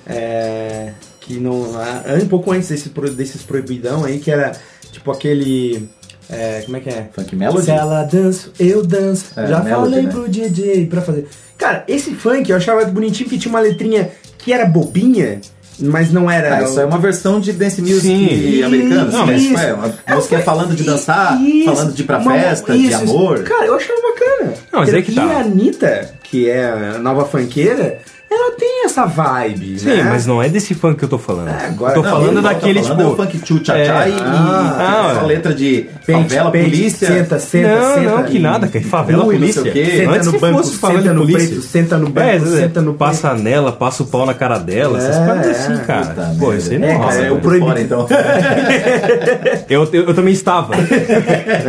C: é, que não, é um pouco antes desse, pro- desses proibidão aí, que era tipo aquele, é, como é que é?
A: Funk Melody?
C: Se ela danço, eu danço.
A: É,
C: Já
A: Melody,
C: falei
A: né?
C: pro DJ pra fazer. Cara, esse funk eu achava bonitinho porque tinha uma letrinha que era bobinha, mas não era...
A: Ah, isso é uma versão de dance music
D: Sim.
A: americana.
C: Não,
A: né?
C: mas-
A: Isso é uma
C: É um
A: música
C: funk-
A: falando de dançar,
C: Isso,
A: falando de ir pra
C: uma-
A: festa, de
C: isso, isso.
A: amor.
C: Cara, eu achava bacana.
D: Não, mas é que
C: e
D: tá.
C: a Anitta, que é a nova funkeira, ela tem essa vibe,
D: Sim,
C: né?
D: mas não é desse funk que eu tô falando.
C: É, agora-
D: tô
C: não,
D: falando
A: eu-
D: daquele,
A: tá falando
D: tipo.
A: é o funk tchu tchá tchá
D: é,
A: e, e
C: ah,
A: essa
D: é.
A: letra de
C: Pente,
A: favela,
C: pente,
A: polícia.
C: Senta, senta,
D: não,
C: senta.
D: não, que
C: e-
D: nada, cara. Favela,
A: Ui, não
D: polícia.
A: sei o quê.
C: Senta
D: Antes
C: no
D: que
C: banco,
D: fosse falar
C: senta
D: de
C: no
D: polícia.
C: preto, senta no banco,
D: É, Zé,
C: senta no
D: Passa nela, passa o pau na cara dela, essas
C: É,
D: paradas
C: é,
D: assim, cara.
A: Puta
D: Pô,
A: merda.
D: isso aí não
A: é,
D: rola,
A: cara,
D: velho.
A: eu proibido. então.
D: eu, eu, eu também estava.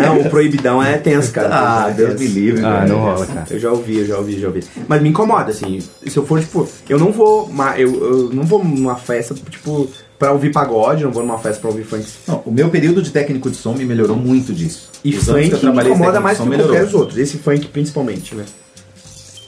C: Não, o proibidão é tenso, cara.
A: ah, Deus me livre.
D: ah,
A: velho.
D: não rola, cara.
C: Eu já ouvi, eu já ouvi, já ouvi. Mas me incomoda, assim. Se eu for, tipo, eu não vou. ma- Eu, eu não vou numa festa, tipo, pra ouvir pagode, não vou numa festa pra ouvir funk.
A: Não, o meu período de técnico de som me melhorou muito disso.
C: E
A: Os anos
C: funk
A: que eu
C: me
A: trabalhei de técnico
C: incomoda
A: de
C: mais
A: som
C: que
A: melhorou.
C: qualquer os outros. Esse funk principalmente, né?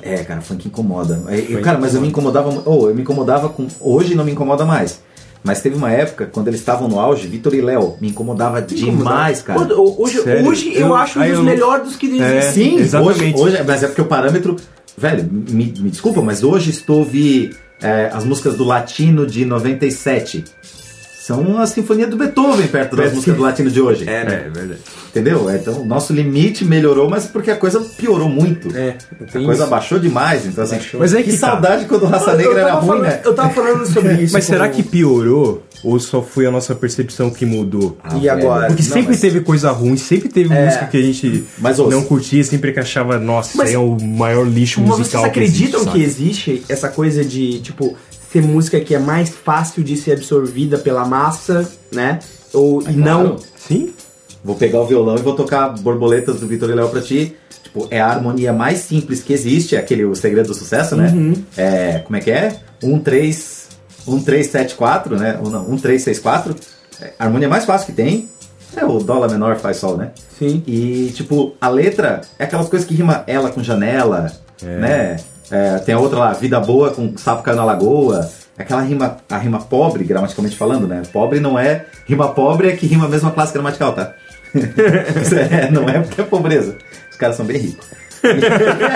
A: É, cara, funk incomoda. É, eu-
C: Funk
A: cara, mas eu me incomodava. mu- Ou eu me incomodava com. Hoje não me incomoda mais. Mas teve uma época, quando eles estavam no auge, Vitor e Léo, me incomodava demais, cara.
C: Pô, Hoje,
D: Sério?
C: hoje eu,
D: Eu-
C: acho um
D: aí
C: dos
D: eu-
C: melhores dos que
D: É.
C: existem.
A: Sim,
D: exatamente.
A: Hoje, hoje, mas é porque o parâmetro. Velho, me, me desculpa, mas hoje estou ouvi é, as músicas do Latino de 97. São a Sinfonia do Beethoven perto das
C: Parece
A: músicas
C: que-
A: do Latino de hoje.
C: É, né?
D: verdade.
A: Entendeu? Então, o nosso limite melhorou, mas porque a coisa piorou muito.
C: É,
A: A coisa baixou demais, então assim.
C: Baixou.
D: Mas é
A: que,
D: que tá.
A: saudade quando o Raça
C: Eu- eu
A: Negra era
C: tava
A: ruim,
C: falando-
A: né?
C: Eu tava falando sobre isso.
D: Mas será
C: com-
D: que piorou ou só foi a nossa percepção que mudou?
A: Ah,
C: E agora?
D: Porque
A: Não,
D: sempre
A: mas-
D: teve coisa ruim, sempre teve
C: É.
D: música que a gente
A: Mas ouça.
D: não curtia, sempre que achava, nossa, isso
C: Mas-
D: aí é o maior lixo
C: Mas
D: musical
C: vocês acreditam que
D: que existe,
C: existe, essa coisa de, tipo, ser música que é mais fácil de ser absorvida pela massa, né? Ou e não.
A: É Claro.
D: saca? Sim?
A: Vou pegar o violão e vou tocar borboletas do Vitor e Léo pra ti. Tipo, é a harmonia mais simples que existe, é aquele o segredo do sucesso, né? É, como é que é? 1, 3, 1, 3, 7, 4, né? Ou não, 1, 3, 6, 4. É, a harmonia mais fácil que tem é o dó, lá menor, faz sol, né?
C: Sim.
A: E, tipo, a letra é aquelas coisas que rima ela com janela, né? É, tem a outra lá, vida boa com sapo caiu na lagoa. É Aquela rima, a rima pobre, gramaticalmente falando, né? Pobre não é. Rima pobre é que rima a mesma classe gramatical, tá? Isso é, não é porque é pobreza. Os caras são bem ricos.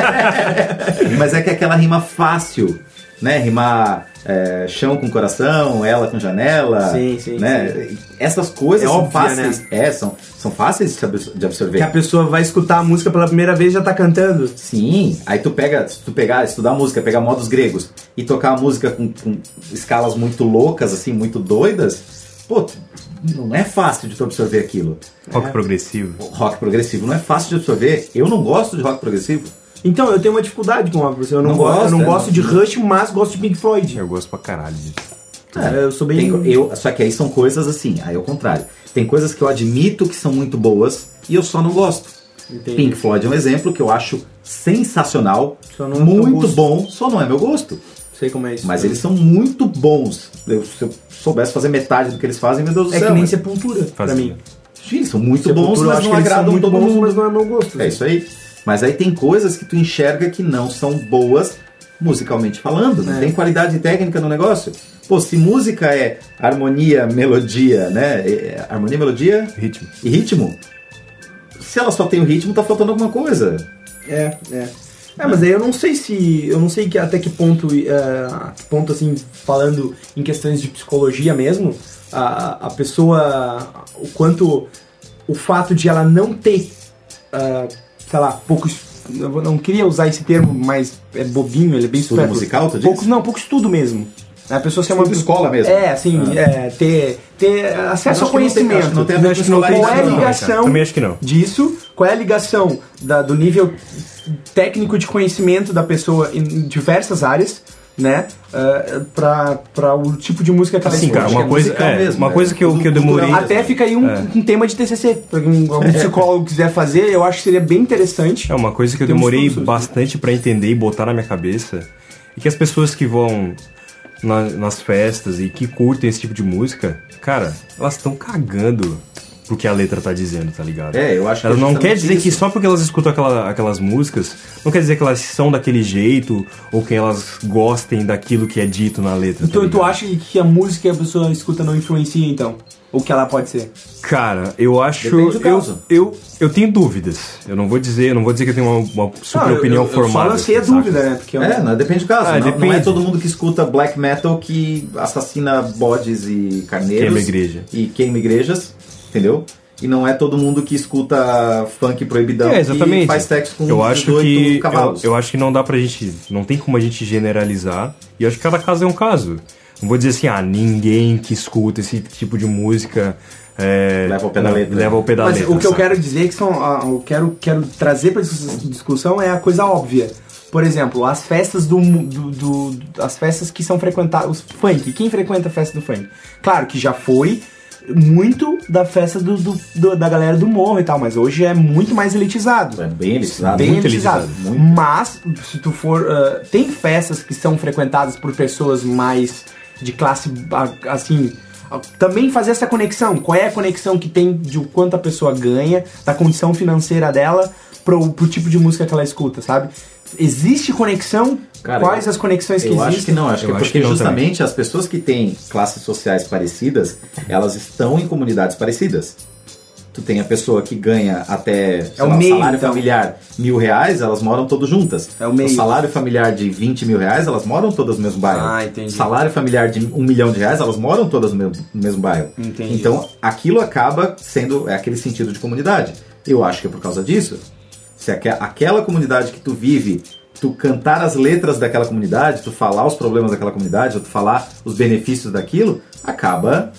A: Mas é que é aquela rima fácil, né? Rimar é, chão com coração, ela com janela.
C: Sim, sim,
A: É, né? Essas coisas
C: É
A: são
C: óbvia,
A: fáceis. É, são, são fáceis de absor- de absorver.
C: Que a pessoa vai escutar a música pela primeira vez e já tá cantando.
A: Sim, aí tu pega, se tu pegar, estudar música, pegar modos gregos e tocar a música com, com escalas muito loucas, assim, muito doidas, pô, tu- não é fácil de tu absorver aquilo.
C: É.
D: Rock progressivo.
A: O rock progressivo não é fácil de absorver. Eu não gosto de rock progressivo.
C: Então, eu tenho uma dificuldade com a música. Eu não,
A: Não
C: gosto, eu
A: gosta,
C: não
A: né?
C: gosto
A: não.
C: de Rush, mas gosto de Pink Floyd.
D: Eu gosto pra caralho disso.
A: É,
C: eu sou bem.
A: Tem co- eu, só que aí são coisas assim, aí é o contrário. Tem coisas que eu admito que são muito boas e eu só não gosto.
C: Entendi.
A: Pink Floyd é um exemplo que eu acho sensacional,
C: Só não é teu
A: muito
C: gosto.
A: bom, só não é meu gosto.
C: Sei como é isso.
A: Mas eles são muito bons. Eu- se eu soubesse fazer metade do que eles fazem, meu Deus do
C: É
A: céu.
C: que nem
A: mas-
C: Sepultura, pra
D: Fazia.
C: mim.
A: Sim, eles são muito
C: Sepultura,
A: bons,
C: eu
A: mas
C: acho
A: não
C: que eles são
A: agradam
C: muito
A: todo
C: bons,
A: mundo.
C: mas não é meu gosto.
A: É isso aí. Mas aí tem coisas que tu enxerga que não são boas musicalmente falando, né?
C: É.
A: Tem qualidade técnica no negócio. Pô, se música é harmonia, melodia, né? É, é, harmonia, melodia
D: Ritmo.
A: e ritmo. Se ela só tem o ritmo, tá faltando alguma coisa.
C: É, é. É, mas aí eu não sei se. Eu não sei que, até que ponto. é, a que ponto, assim, falando em questões de psicologia mesmo, a, a pessoa. O quanto. O fato de ela não ter. ah, sei lá, poucos. Eu vou- não queria usar esse termo, mas é bobinho, ele é bem
A: Estudo
C: supérfluo.
A: musical, tu diz?
C: pouco, Não, pouco estudo mesmo. Né, A pessoa ser uma
A: Estudo escola mesmo.
C: É, assim,
A: Ah.
C: é, ter, ter acesso ao
A: acho que não tem-
C: conhecimento.
A: acho que não tem a ver com
C: Qual é
A: escolaridade,
C: a
A: não,
D: cara.
C: ligação
D: Também acho que não.
C: disso, qual é a ligação da- do nível técnico de conhecimento da pessoa em diversas áreas né? ah, pra, pra o tipo de música que ela
D: Sim, cara,
C: escolhe.
D: uma
A: é
D: coisa,
A: musical
D: é,
A: mesmo,
D: uma
A: né?
D: coisa que eu, que eu demorei.
C: um Até fica aí um, um tema de TCC. Pra quem algum psicólogo quiser fazer, eu acho que seria bem interessante.
D: É uma coisa que eu
C: Tem uns
D: demorei
C: fluxos, né?
D: bastante pra entender e botar na minha cabeça. E que as pessoas que vão na- nas festas e que curtem esse tipo de música, cara, elas estão cagando pro que a letra tá dizendo, tá ligado?
A: É, eu acho que
D: Ela
A: é
D: não quer
A: justamente
D: dizer que
A: isso.
D: só porque elas escutam aquela- aquelas músicas, não quer dizer que elas são daquele jeito ou que elas gostem daquilo que é dito na letra. tá
C: Então, tu
D: ligado?
C: acha que a música que a pessoa escuta não influencia, então? O que ela pode ser?
D: Cara, eu acho.
A: Depende do
D: eu,
A: caso.
D: eu, eu tenho dúvidas. Eu não vou dizer, eu não vou dizer que eu tenho uma, uma super
C: Ah, eu-
D: opinião
C: eu,
D: formada.
C: Eu só lancei a
D: assim, saca?
C: dúvida, né? Porque eu-
A: É, não, depende do caso.
D: Ah,
A: não, não é
D: depende.
A: todo mundo que escuta black metal que assassina bodes e carneiros.
D: Queima igreja.
A: E queima igrejas, entendeu? E não é todo mundo que escuta funk proibidão
D: É, exatamente.
A: que Então, faz sexo com
D: eu acho
A: 18
D: que eu,
A: cavalos.
D: eu acho que não dá pra gente, não tem como a gente generalizar. E eu acho que cada caso é um caso. Não vou dizer assim, ah, ninguém que escuta esse tipo de música é,
A: Leva ao pé da
D: não,
A: letra.
D: Leva ao pé da
C: Mas
D: letra,
C: o que eu
D: saca?
C: quero dizer é que são, ah, eu quero, quero trazer para discussão é a coisa óbvia. Por exemplo, as festas do, mu- do, do- do- as festas que são frequentadas, os funk. Quem frequenta a festa do funk? Claro que já foi muito da festa do, do- do- da galera do morro e tal, mas hoje é muito mais elitizado.
A: É bem elitizado.
C: Bem
A: muito
C: elitizado.
A: Muito.
C: Mas, se tu for. ah, tem festas que são frequentadas por pessoas mais de classe. ah, assim. ah, Também fazer essa conexão. Qual é a conexão que tem de o quanto a pessoa ganha, da condição financeira dela, pro, pro tipo de música que ela escuta, sabe? Existe conexão?
A: Cara,
C: Quais
A: eu-
C: as conexões que
A: Eu
C: existem?
A: acho que não, acho
D: Eu
A: que é
D: acho
A: porque
D: que não
A: justamente as pessoas que têm classes sociais parecidas, elas estão em comunidades parecidas. Tu tem a pessoa que ganha até sei
C: É o
A: lá, um
C: meio,
A: salário
C: então.
A: familiar mil reais, elas moram todas juntas.
C: É o meio.
A: salário familiar de 20 mil reais, elas moram todas no mesmo bairro.
C: Ah, entendi.
A: Salário familiar de um milhão de reais, elas moram todas no mesmo, no mesmo bairro.
C: Entendi.
A: Então aquilo acaba sendo é aquele sentido de comunidade. Eu acho que é por causa disso. Se aque- aquela comunidade que tu vive, tu cantar as letras daquela comunidade, tu falar os problemas daquela comunidade, ou tu falar os benefícios daquilo, acaba.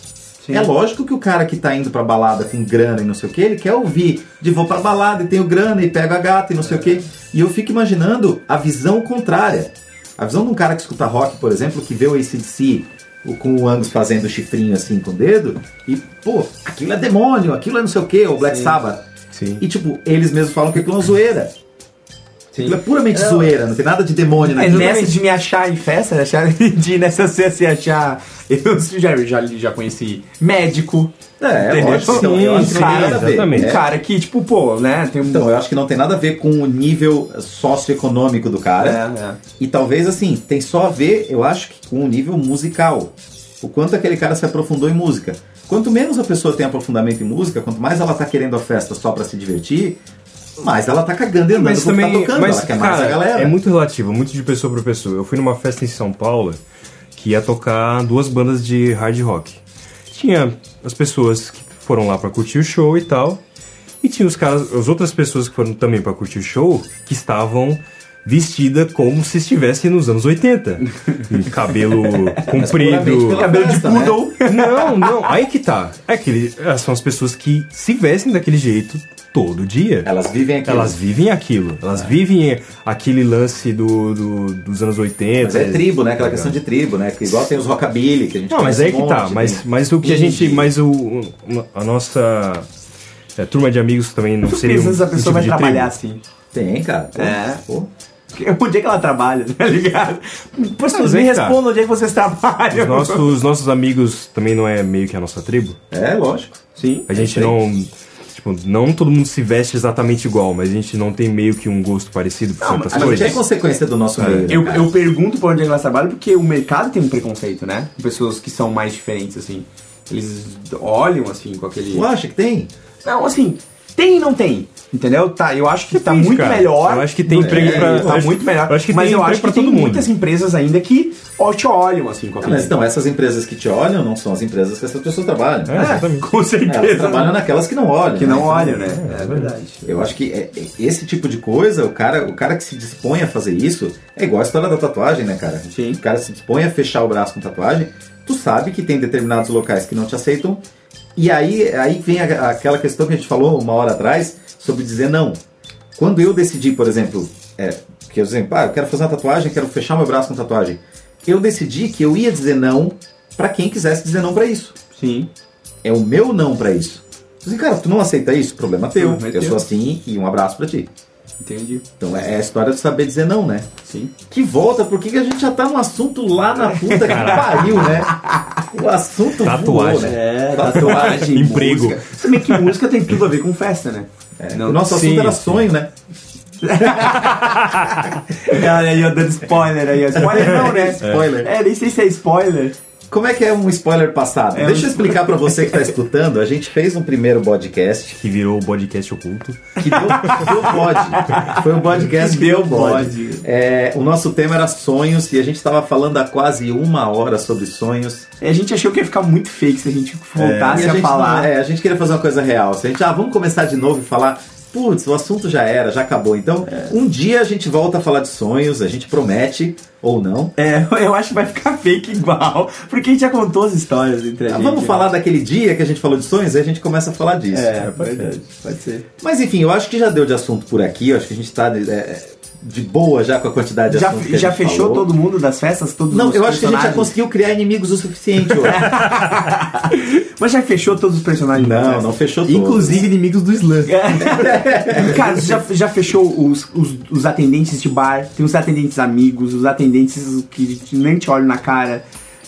C: Sim.
A: É lógico que o cara que tá indo pra balada com grana e não sei o que, ele quer ouvir de vou pra balada e tenho grana e pego a gata e não sei
C: É.
A: o que. E eu fico imaginando a visão contrária. A visão de um cara que escuta rock, por exemplo, que vê o ACDC o- com o Angus fazendo o chifrinho assim com o dedo, e pô, aquilo é demônio, aquilo é não sei o que, o Black Sabbath.
D: Sim.
A: E tipo, eles mesmos falam que aquilo é uma zoeira.
C: Sim.
A: Aquilo é puramente zoeira, não tem nada de
C: É,
A: demônio naquilo.
C: Nessa de me achar em festa, de achar- de ir nessa cena se achar. Eu já, já, já conheci médico.
A: É, é
C: Entendeu?
A: lógico, então, eu acho que não tem
C: Sim,
A: nada a ver.
D: exatamente.
A: É.
C: Um cara que, tipo, pô, né? Tem um.
A: Então, eu acho que não tem nada a ver com o nível socioeconômico do cara.
C: É, é.
A: E talvez assim, tem só a ver, eu acho que com o nível musical. O quanto aquele cara se aprofundou em música. Quanto menos a pessoa tem aprofundamento em música, quanto mais ela tá querendo a festa só pra se divertir, mais ela tá cagando e andando
D: Mas
A: pro que tá
D: também,
A: tocando.
D: mas,
A: ela quer
D: cara,
A: mais a galera.
D: é muito relativo, muito de pessoa pra pessoa. Eu fui numa festa em São Paulo que ia tocar duas bandas de hard rock. Tinha as pessoas que foram lá pra curtir o show e tal, e tinha os caras, as outras pessoas que foram também pra curtir o show que estavam vestida como se estivesse nos anos 80. Cabelo comprido,
A: pela festa, né?
D: não, não, aí que tá. É que elas são as pessoas que se vestem daquele jeito todo dia.
A: Elas vivem aquilo.
D: Elas vivem aquilo.
C: É.
D: Elas vivem aquele lance do, do- dos anos 80.
A: Mas é tribo, né? Aquela questão de tribo, né? Que igual tem os rockabilly que a gente
D: Não, mas
A: conhece
D: aí
A: um
D: que
A: monte,
D: tá.
A: tem-
C: né?
D: Mas, mas o que a gente. Mas o, o- a nossa é, turma de amigos também não
C: Tu
D: seria.
C: pensa
D: Um,
C: essa
D: um
C: pessoa
D: tipo
C: vai
D: de
C: trabalhar
D: tribo.
C: assim?
A: Tem, cara. Pô,
C: É.
A: pô.
C: Onde é que ela trabalha, tá ligado? Pessoas,
D: Mas
C: me
D: aí que tá.
C: respondam onde é que vocês trabalham.
D: Os nossos, os nossos amigos também não é meio que a nossa tribo?
A: É, lógico.
C: Sim.
D: A gente não. Tipo, não todo mundo se veste exatamente igual, mas a gente não tem meio que um gosto parecido por certas
A: A gente é
D: coisas. É.
A: consequência do nosso meio. né,
C: Eu,
A: cara?
C: eu pergunto pra onde é que elas trabalham porque o mercado tem um preconceito, né? Com Pessoas que são mais diferentes, assim. Eles olham, assim, com aquele...
A: Tu acha que tem?
C: Não, assim, tem e não tem. Entendeu? Tá, eu acho que tá
D: Depende,
C: muito
D: cara.
C: melhor.
D: Eu acho que tem
C: É,
D: emprego pra- eu
C: Tá
D: acho-
C: muito melhor.
D: eu acho que
C: mas
D: tem
C: eu
D: emprego
C: acho que
D: pra
C: tem
D: todo mundo.
C: muitas empresas ainda que ó, te olham, assim, com
A: Ah,
C: aquele...
A: mas então, essas empresas que te olham não são as empresas que essas pessoas trabalham.
D: É, exatamente.
C: Com
A: Elas
C: certeza.
A: trabalham naquelas que não olham.
C: Que não
A: Então,
C: olham, né? É verdade.
A: Eu acho que é- é- esse tipo de coisa, o cara, o cara que se dispõe a fazer isso, é igual a história da tatuagem, né, cara?
C: Sim.
A: O cara se dispõe a fechar o braço com tatuagem, tu sabe que tem determinados locais que não te aceitam, e aí, aí vem a- aquela questão que a gente falou uma hora atrás sobre dizer não. Quando eu decidi, por exemplo, é, que eu dizia, ah, eu quero fazer uma tatuagem, quero fechar meu braço com tatuagem. eu decidi que eu ia dizer não pra quem quisesse dizer não pra isso.
C: Sim.
A: É o meu não pra isso. Eu disse, cara, tu não aceita isso? Problema teu.
C: Problema é
A: eu
C: teu.
A: sou assim e um abraço pra ti.
C: Entendi.
A: Então é é a história de saber dizer não, né?
C: Sim.
A: Que volta, porque a gente já tá no assunto lá na puta que pariu, né? O assunto voou,
D: Tatuagem.
A: né?
C: É, tatuagem,
D: Emprego.
C: música. Se bem que música tem tudo a ver com festa, né? É.
A: O nosso assunto
D: Sim,
A: era
D: sim.
A: sonho, né?
C: Olha aí, eu dando spoiler aí. ó. Spoiler não, né?
A: Spoiler.
C: É, nem sei se é spoiler.
A: Como é que é um spoiler passado?
C: É um
A: Deixa eu explicar pra você que tá escutando. A gente fez um primeiro podcast
D: Que virou o podcast oculto.
A: que deu, deu bode. Foi um podcast que deu bode. É, o nosso tema era sonhos e a gente tava falando há quase uma hora sobre sonhos.
C: É, A gente achou que ia ficar muito fake se a gente voltasse
A: E a
C: a,
A: gente
C: falar.
A: não- é, a gente queria fazer uma coisa real. Se a gente, ah, vamos começar de novo e falar. Putz, o assunto já era, já acabou. Então,
C: É.
A: um dia a gente volta a falar de sonhos, a gente promete, ou não.
C: É, eu acho que vai ficar fake igual, porque a gente já contou as histórias entre a
A: Ah,
C: gente.
A: vamos
C: né?
A: falar daquele dia que a gente falou de sonhos, aí a gente começa a falar disso.
C: É, verdade, pode ser.
A: Mas enfim, eu acho que já deu de assunto por aqui, eu acho que a gente tá de, é, de boa já com a quantidade de
C: Já,
A: assunto. que a
C: já
A: gente
C: fechou
A: falou.
C: todo mundo das festas? Todos
A: Não,
C: os
A: eu acho que a gente já
C: personagens?
A: conseguiu criar inimigos o suficiente hoje.
C: Mas já fechou todos os personagens das
A: não,
C: festas?
A: não fechou tudo.
D: Inclusive inimigos do Slam.
C: Cara, você já, já fechou os, os, os atendentes de bar, tem os atendentes amigos, os atendentes que nem te olham na cara.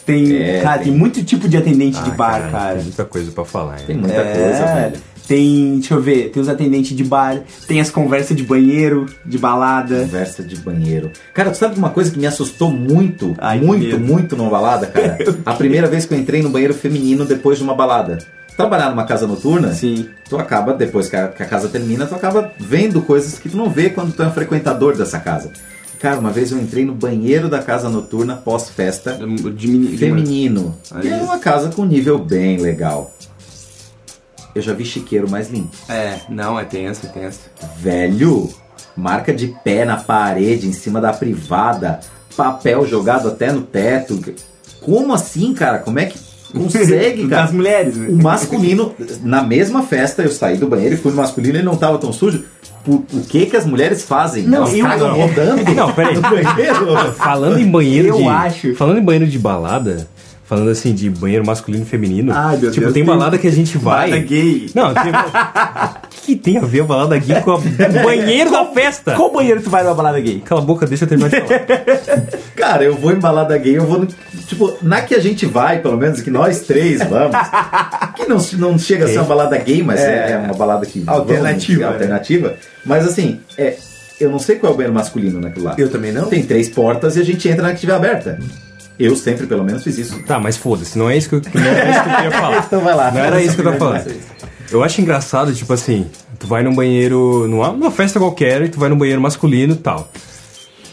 C: Tem,
A: É,
C: cara, tem. muito tipo de atendente de
D: Ah,
C: bar,
D: cara,
C: cara.
D: Tem muita coisa pra falar,
A: Tem
D: hein?
A: muita
C: É,
A: coisa, velho.
C: Tem, deixa eu ver, tem os atendentes de bar, tem as conversas de banheiro, de balada.
A: Conversa de banheiro. Cara, tu sabe uma coisa que me assustou muito,
C: Ai, que
A: muito,
C: medo.
A: muito numa balada, cara? A primeira vez que eu entrei no banheiro feminino depois de uma balada. Trabalhar numa casa noturna,
C: Sim.
A: tu acaba, depois que a, que a casa termina, tu acaba vendo coisas que tu não vê quando tu é um frequentador dessa casa. Cara, uma vez eu entrei no banheiro da casa noturna pós-festa,
C: De meni- de
A: feminino.
C: Aí.
A: E era uma casa com nível bem legal. Eu já vi chiqueiro mais limpo.
C: man- É, não, é tenso, é tenso.
A: Velho, marca de pé na parede, em cima da privada, papel jogado até no teto. Como assim, cara? Como é que consegue,
C: Das
A: cara?
C: mulheres, né?
A: O masculino, na mesma festa, eu saí do banheiro e fui no masculino e não tava tão sujo. Por, o que que as mulheres fazem?
C: Não,
A: Elas
C: eu-
A: cagam
C: não.
A: rodando
D: Não, peraí.
A: no banheiro?
D: Falando em banheiro
C: Eu
D: de.
C: acho.
D: Falando em banheiro de balada, falando assim de banheiro masculino e feminino.
C: Ai, meu
D: tipo,
C: Deus,
D: tem
C: tem
D: balada que a gente vai.
C: Balada gay.
D: Não, tem. O que, que tem a ver a balada gay com a- o banheiro da festa?
C: Qual banheiro tu vai numa balada gay?
D: Cala a boca, deixa eu terminar de falar.
A: Cara, eu vou em balada gay, eu vou. no- Tipo, na que a gente vai, pelo menos, que nós três vamos. Que não, não chega a ser uma balada gay, mas é, é uma balada que.
C: Alternativa,
A: vamos- é alternativa. Mas assim, é, eu não sei qual é o banheiro masculino naquilo lá.
C: Eu também não.
A: Tem três portas e a gente entra na que tiver aberta. Eu sempre, pelo menos, fiz isso.
D: Tá, mas foda-se, não é isso que eu, não é isso que eu queria falar.
A: Então vai lá.
D: Não era isso que eu tava falando. Eu acho engraçado, tipo assim, tu vai num banheiro, numa, numa festa qualquer, e tu vai num banheiro masculino e tal.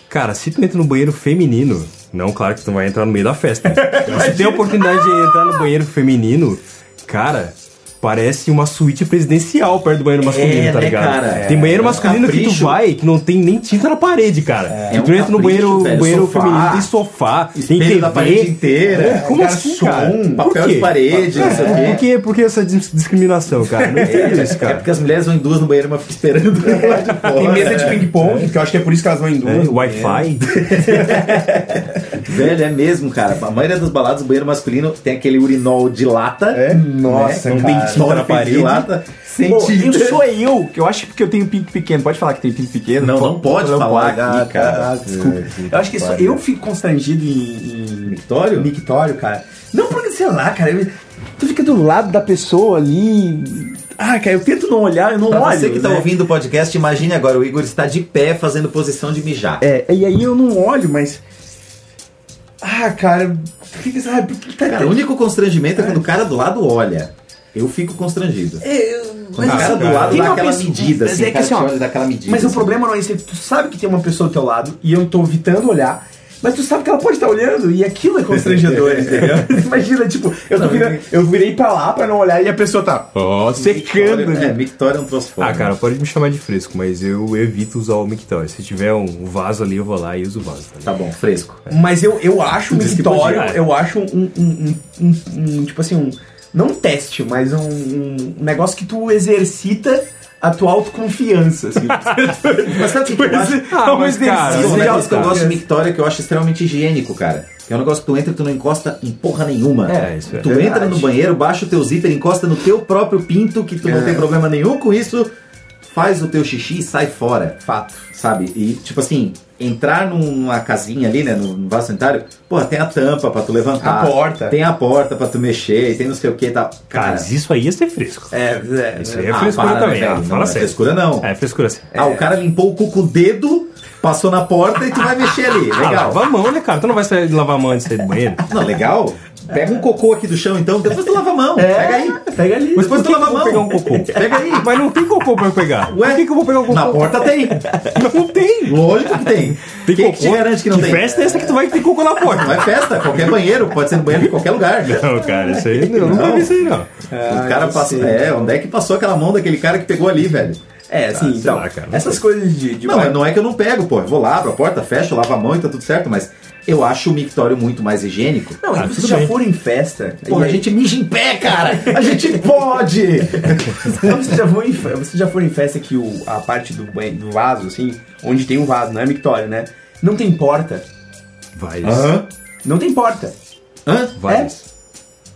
D: Cara, se tu entra no banheiro feminino, não, claro que tu não vai entrar no meio da festa. Mas se tem a oportunidade de entrar no banheiro feminino, cara, parece uma suíte presidencial perto do banheiro masculino,
A: É,
D: tá
A: né,
D: ligado?
A: cara?
D: Tem
A: É,
D: banheiro
A: é um
D: masculino que tu
A: capricho.
D: vai que não tem nem tinta na parede, cara.
A: É
D: e tu
A: um
D: entra no
A: capricho,
D: banheiro,
A: velho,
D: banheiro
A: sofá,
D: feminino, tem sofá, tem
A: Espelho
D: TV.
A: da parede inteira. Um
D: É, como assim,
A: garçom,
D: cara? Por
A: Papel
D: quê?
A: de parede, não sei o
D: Por
A: quê.
D: que, por que essa dis- discriminação, cara? Não entendo isso,
A: É
D: cara.
A: porque as mulheres vão em duas no banheiro, mas ficam esperando. lá de fora. É.
E: Tem mesa de ping-pong, que eu acho que é por isso que elas vão em duas.
D: É, Wi-Fi?
A: Velho, é mesmo, cara. A maioria das baladas, o banheiro masculino tem aquele urinol de lata.
E: É?
C: Né?
E: Nossa,
A: Não
E: cara.
A: tem tinta na parede. De lata, sem
C: Pô, é eu
A: tinta.
C: sou eu, que eu acho que eu tenho pinto pequeno. Pode falar que tem pinto pequeno?
A: Não, não pode falar aqui, cara.
C: Ah, desculpa. eu acho que só eu fico constrangido em, em
A: Mictório?
C: mictório, cara. Não porque, sei lá, cara. eu- tu fica do lado da pessoa ali. Ah, cara, eu tento não olhar, eu não
A: Pra
C: olho.
A: você que tá
C: né?
A: ouvindo o podcast, imagine agora, o Igor está de pé fazendo posição de mijar.
C: É, e aí eu não olho, mas.
E: Ah, cara, fica, sabe, por que tá
A: Cara, o único constrangimento é quando o cara do lado olha. Eu fico constrangido. Quando o cara do lado
C: Tem
A: dá
C: uma
A: aquela
C: pessoa-
A: medida,
C: Mas
A: assim,
C: é
A: o
C: que
A: cara
C: assim,
A: te
C: ó,
A: olha daquela medida.
C: Mas o
A: assim.
C: problema não é esse, tu sabe que tem uma pessoa do teu lado e eu tô evitando olhar, mas tu sabe que ela pode estar olhando e aquilo é constrangedor, entendeu? Imagina, tipo, eu, tô
A: Não,
C: virando- eu virei pra lá pra não olhar e a pessoa tá ó, secando.
A: É,
C: né?
A: Victoria é um transforme.
D: Ah, cara, pode me chamar de fresco, mas eu evito usar o mictório. Se tiver um vaso ali, eu vou lá e uso o vaso. Tá ligado?
A: Tá bom, fresco.
E: Mas eu, eu acho um
D: Diz que
E: mictório,
D: podia. é.
E: eu acho um, um- um- um- um- tipo assim, um, não um teste, mas um, um negócio que tu exercita
C: a tua autoconfiança, assim.
A: Mas sabe o que que eu acho?
D: Ah, mas, tá. cara,
A: Isso é um negócio
C: de
A: que eu gosto
C: autoconfiança.
A: de Mictória que eu acho extremamente higiênico, cara. Que é um negócio que tu entra e tu não encosta em porra nenhuma.
D: É, isso é
A: Tá Tu
E: verdade.
A: entra no banheiro, baixa o teu zíper, encosta no teu próprio pinto, que tu não
D: É.
A: tem problema nenhum com isso. Faz o teu xixi e sai fora. Fato. Sabe? E, tipo assim, entrar numa casinha ali, né, no, no vaso sanitário, porra, tem a tampa pra tu levantar.
C: Ah,
E: A porta.
A: Tem a porta pra tu mexer, e tem não sei o que e tal.
D: Cara,
A: Cara,
D: mas isso aí ia ser fresco.
A: é, é,
D: Isso aí é frescura
A: Ah. para, né,
D: também,
A: velho?
D: ah,
A: não
D: fala
A: é
D: sério.
A: frescura não.
D: É, frescura assim.
A: Ah, o cara limpou o cu com o dedo, passou na porta e tu vai mexer ali.
D: Ah,
A: Legal.
D: lava a mão, né, cara? Tu não vai sair de lavar a mão antes de sair do banheiro?
A: Não, legal. Pega um cocô aqui do chão, então. Depois tu lava a mão.
D: É.
A: Pega aí.
C: Pega ali.
D: Mas
A: Depois
D: por
A: tu
D: que que
A: lava
D: eu
A: a
D: vou
A: mão.
D: pegar um cocô?
A: Pega aí.
D: Mas não tem cocô pra eu pegar.
A: Ué?
D: Por que, que eu vou pegar um cocô?
A: Na porta tem.
D: Não tem.
A: Lógico que tem.
D: Tem
A: Quem
D: cocô?
A: que te garante que não
D: que
A: tem?
D: festa é essa que tu vai ter cocô na
A: Não
D: porta?
A: é festa, qualquer banheiro, pode ser no banheiro de qualquer lugar.
D: Não, cara, isso aí... Eu
A: Não.
D: nunca vi isso aí, não.
A: o cara
E: não
A: passou.
E: sei.
A: É, onde é que passou aquela mão daquele cara que pegou ali, velho?
C: É, assim,
D: Ah, sei
C: então,
D: lá, cara, não
C: essas coisas de... de
A: Não, é- não é que eu não pego, pô. Eu vou lá, abro a porta, fecho, lavo a mão e tá tudo certo, mas eu acho o mictório muito mais higiênico.
C: Não,
D: Ah,
C: e vocês
D: tudo
C: já
D: bem.
C: foram em festa?
A: Porra,
C: E
A: a
C: aí-
A: gente mija em pé, cara! A gente pode!
C: Não, você já foi em, fe- você já foi em festa que o, a parte do, banhe- do vaso, assim, onde tem o vaso, não é mictório, né? Não tem porta.
D: Vai.
A: Hã?
C: Não tem porta.
A: Hã?
C: É?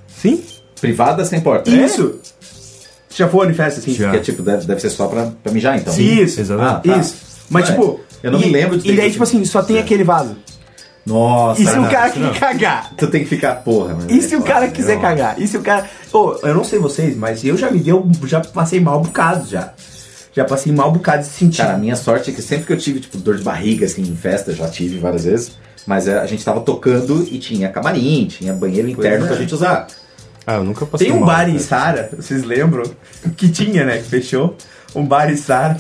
D: Sim?
A: Privada sem porta.
C: Isso! Você já foram em festa, assim?
D: Já.
A: Que é tipo, deve, deve ser só pra, pra mijar, então.
D: É
C: Isso,
D: Exatamente.
A: Ah, tá.
C: isso. Mas,
A: É,
C: tipo...
A: eu não
C: e-
A: me lembro de ter
C: E daí,
A: visto.
C: tipo assim, só tem aquele vaso.
A: Nossa,
C: E se o
A: não.
C: cara
D: isso não.
C: quer cagar?
A: Tu tem que ficar, porra, mano.
C: E se o cara
A: Nossa,
C: quiser
A: meu.
C: cagar? E se o cara. Pô, eu não sei vocês, mas eu já me deu. Já passei mal bocado já. Já passei mal bocado de sentir.
A: Cara, a minha sorte é que sempre que eu tive, tipo, dor de barriga, assim, em festa, já tive várias vezes, mas é, a gente tava tocando e tinha camarim, tinha banheiro interno
C: é.
A: pra gente usar.
D: Ah, eu nunca passei
C: Tem um
D: mal,
C: bar em
D: cara.
C: Sara, vocês lembram? Que tinha, né? Que fechou. Um bar em Sara.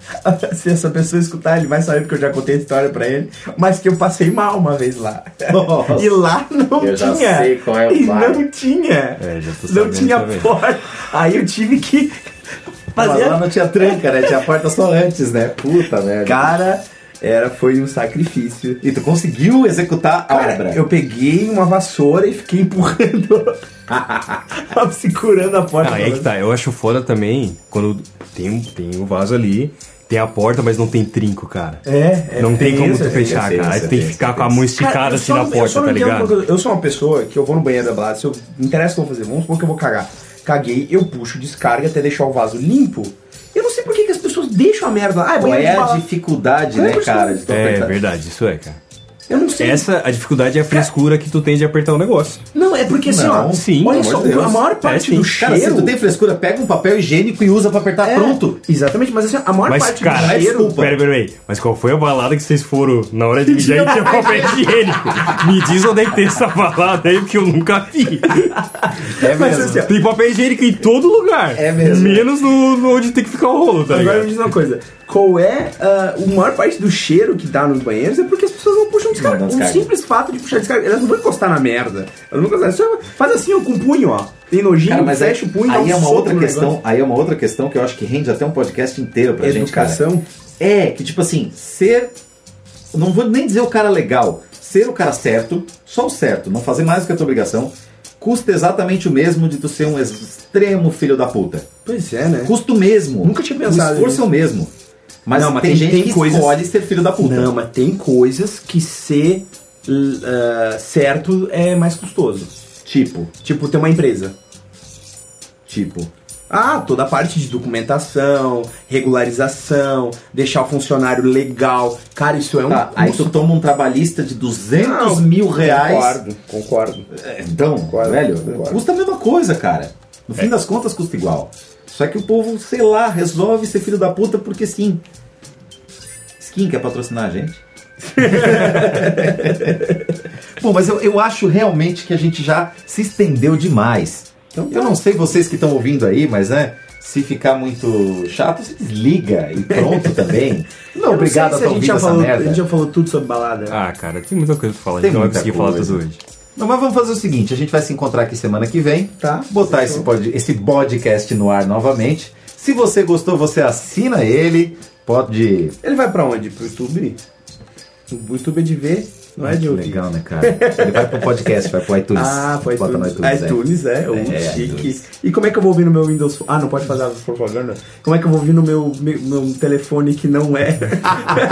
C: se essa pessoa escutar, ele vai saber porque eu já contei a história pra ele. Mas que eu passei mal uma vez lá.
A: Nossa.
C: E lá não
A: Eu já
C: tinha.
A: sei qual é o
C: e
A: bar.
C: não tinha.
D: É, já tô
C: não
D: sabendo
C: tinha
D: também.
C: porta. Aí eu tive que fazer
A: Mas é.
C: a
A: lá não tinha tranca, né? Tinha porta só antes, né? Puta merda.
C: Cara, era, foi um sacrifício.
A: E tu conseguiu executar a
C: Cara,
A: obra.
C: eu peguei uma vassoura e fiquei empurrando. Tava segurando a porta.
D: Ah, aí é que tá. Eu acho foda também quando tem, um- tem o vaso ali, tem a porta, mas não tem trinco, cara.
C: É, é,
D: Não tem
C: é
D: como
C: isso,
D: tu
C: é
D: fechar,
A: isso,
D: cara. Aí
A: isso,
D: tu tem que
A: isso,
D: ficar
A: isso.
D: com a mão esticada
C: Cara, eu
D: assim
C: só
D: na
C: não- eu só
D: porta,
C: não
D: tá
C: entendo uma
D: ligado?
C: coisa. Eu sou uma pessoa que eu vou no banheiro da balada, se eu não interessa o que eu vou fazer, vamos supor que eu vou cagar. Caguei, eu puxo descarga até deixar o vaso limpo. Eu não sei por que, que as pessoas deixam a merda lá. Ah, é
A: Qual
C: banheiro
A: é
C: de
A: a
C: balada.
A: dificuldade,
C: Como é
A: né,
C: que
A: cara? de tu
D: É
A: apertar-
D: verdade, isso é, cara.
C: Eu não sei.
D: Essa, a dificuldade é a frescura que tu tem de apertar o negócio.
C: Não, é porque assim,
A: Não,
C: ó.
D: sim,
C: olha
A: pelo
C: só,
A: amor de Deus.
C: a maior
D: É,
C: parte
D: sim.
C: do
A: Cara,
C: cheiro.
A: se tu tem frescura, pega um papel higiênico e usa pra apertar,
C: É,
A: pronto.
C: Exatamente, mas assim, a maior
D: Mas,
C: parte
D: cara,
C: do
A: é
C: cheiro.
A: desculpa.
D: Pera, pera aí. Mas qual foi a balada que vocês foram na hora de mijar e tinha papel higiênico? Me diz onde é que tem essa balada aí, porque eu nunca vi.
A: É
C: Mas assim, ó,
D: Tem papel higiênico em todo lugar.
A: É mesmo.
D: Menos no, no onde tem que ficar o rolo, tá
C: Agora
D: ligado?
C: me diz uma coisa, qual é ah, a maior parte do cheiro que dá nos banheiros é porque as pessoas não puxam descarga.
A: Não dão
C: O
A: descarga.
C: simples fato de puxar descarga, elas não vão encostar na merda. Elas não vão encostar. Só faz assim, ó, com o punho, ó. Tem nojinho,
A: Cara, mas
C: fecha
A: aí,
C: o punho, dá
A: aí
C: um
A: é uma
C: soco
A: outra
C: no
A: questão,
C: negócio.
A: aí é uma outra questão que eu acho que rende até um podcast inteiro pra
C: Educação.
A: gente, cara. É, que tipo assim, ser não vou nem dizer o cara legal, ser o cara certo, só o certo, não fazer mais do que a tua obrigação, custa exatamente o mesmo de tu ser um extremo filho da puta.
C: Pois é, né?
A: Custa o mesmo.
C: Nunca tinha pensado
A: O esforço
C: nisso.
A: é o mesmo. Mas,
C: Não, mas
A: tem,
C: tem-
A: gente
C: tem
A: que
C: coisas-
A: escolhe ser filho da puta.
C: Não, mas tem coisas que ser l- ah, certo é mais custoso.
A: Tipo,
C: Tipo, ter uma empresa.
A: tipo.
C: Ah, toda a parte de documentação, regularização, deixar o funcionário legal. Cara, isso é um
A: Tá, aí tu toma um trabalhista de 200
C: Não,
A: mil reais.
C: Concordo, concordo.
A: É, Então,
C: Concordo,
A: velho,
C: concordo.
A: custa a mesma coisa, cara. No fim das contas, custa igual. Só que o povo, sei lá, resolve ser filho da puta porque sim. Skin quer patrocinar a gente? Bom, mas eu, eu acho realmente que a gente já se estendeu demais. Então,
C: tá.
A: eu não sei vocês que estão ouvindo aí, mas né, se ficar muito chato, se desliga e pronto também. Não,
C: Eu não sei
A: obrigado
C: se
A: a estar
C: gente
A: ouvindo
C: já
A: essa
C: falou,
A: merda.
C: A gente já falou tudo sobre balada.
D: Ah, cara, tem muita coisa pra falar.
A: Tem
D: a gente não vai
A: muita
D: conseguir falar
A: coisa.
D: tudo hoje.
A: Não, mas vamos fazer o seguinte: a gente vai se encontrar aqui semana que vem.
C: Tá.
A: Botar esse, pod, esse podcast no ar novamente. Se você gostou, você assina ele. Pode.
C: Ele vai pra onde? Pro YouTube? O YouTube é de ver Não é de
A: que
C: ouvir.
A: legal, né, cara? Ele vai pro podcast, vai pro iTunes.
C: Ah, foi
A: Bota no
C: iTunes. iTunes,
A: é.
C: é, um
A: É,
C: chique.
A: iTunes.
C: E como é que eu vou ouvir no meu Windows Phone? Ah, não pode fazer as propaganda. Como é que eu vou ouvir no meu, meu, meu telefone que não é.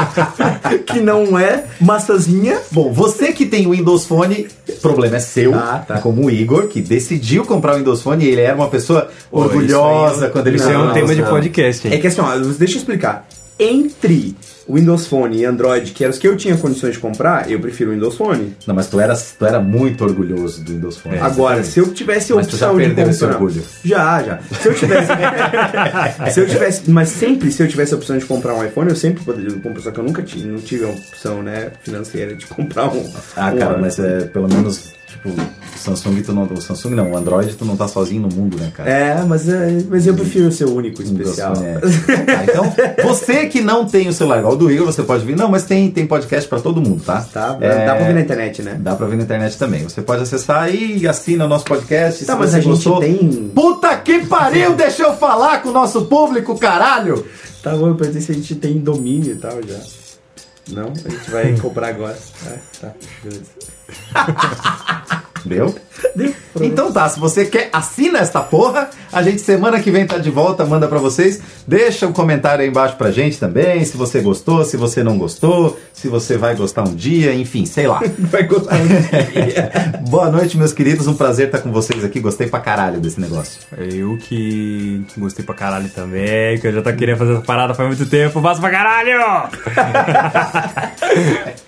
C: que não é massazinha?
A: Bom, você que tem o Windows Phone, o problema é seu.
C: Ah, tá.
A: Como o Igor, que decidiu comprar o Windows Phone e ele era uma pessoa
B: isso aí
A: orgulhosa quando ele
B: Isso é
A: comprou
B: um
A: o
B: tema de
A: Windows Phone.
B: podcast,
C: É
B: hein?
C: que assim, ó, deixa eu explicar. Entre o Windows Phone e Android, que eram os que eu tinha condições de comprar, eu prefiro o Windows Phone.
A: Não, mas tu era, tu era muito orgulhoso do Windows Phone.
C: Agora, se eu tivesse a
A: É, Mas tu já
C: opção de
A: perdeu
C: comprar...
A: esse orgulho.
C: Já, já. Se eu tivesse... se eu tivesse... Mas sempre, se eu tivesse a opção de comprar um iPhone, eu sempre poderia comprar. Só que eu nunca tive, não tive a opção, né, financeira de comprar um...
A: Ah, cara,
C: um iPhone.
A: mas é, pelo menos, tipo, o Samsung, tu não, o Samsung não, o Android, tu não tá sozinho no mundo, né, cara?
C: É, mas, é, mas eu prefiro ser o único
A: Windows
C: especial.
A: Phone, é. Tá, então, você que não tem o celular igual o do Igor, você pode vir. Não, mas tem, tem podcast pra todo mundo, tá?
C: Tá?
A: É,
C: Dá pra ver na internet, né?
A: Dá pra ver na internet também. Você pode acessar e assina o nosso podcast.
C: Tá,
A: se
C: mas
A: você
C: a gente
A: gostou.
C: tem-
A: Puta que pariu! Deixa eu falar com o nosso público, caralho!
C: Tá bom, eu perguntei se a gente tem domínio e tal já. Não? A gente vai comprar agora. Ah, tá, beleza.
A: Deu? Então tá, se você quer, assina esta porra. A gente semana que vem tá de volta, manda pra vocês. Deixa um comentário aí embaixo pra gente também, se você gostou, se você não gostou, se você vai gostar um dia, enfim, sei lá.
C: Vai gostar
A: Boa noite, meus queridos. Um prazer estar com vocês aqui. Gostei pra caralho desse negócio.
C: É
D: Eu que gostei pra caralho também, que eu já tô querendo fazer essa parada faz muito tempo. Faço pra caralho!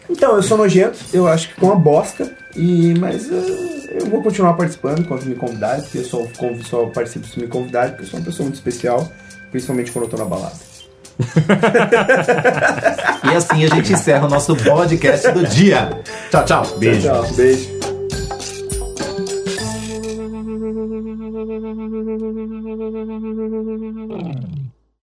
C: Então, eu sou nojento, eu acho que com uma bosta. E, mas eh, eu vou continuar participando enquanto me convidarem, porque eu só, conv- só participo se me convidarem, porque eu sou uma pessoa muito especial, principalmente quando eu tô na balada.
A: E assim a gente encerra o nosso podcast do dia. Tchau, tchau. Beijo.
C: Tchau, tchau. Beijo.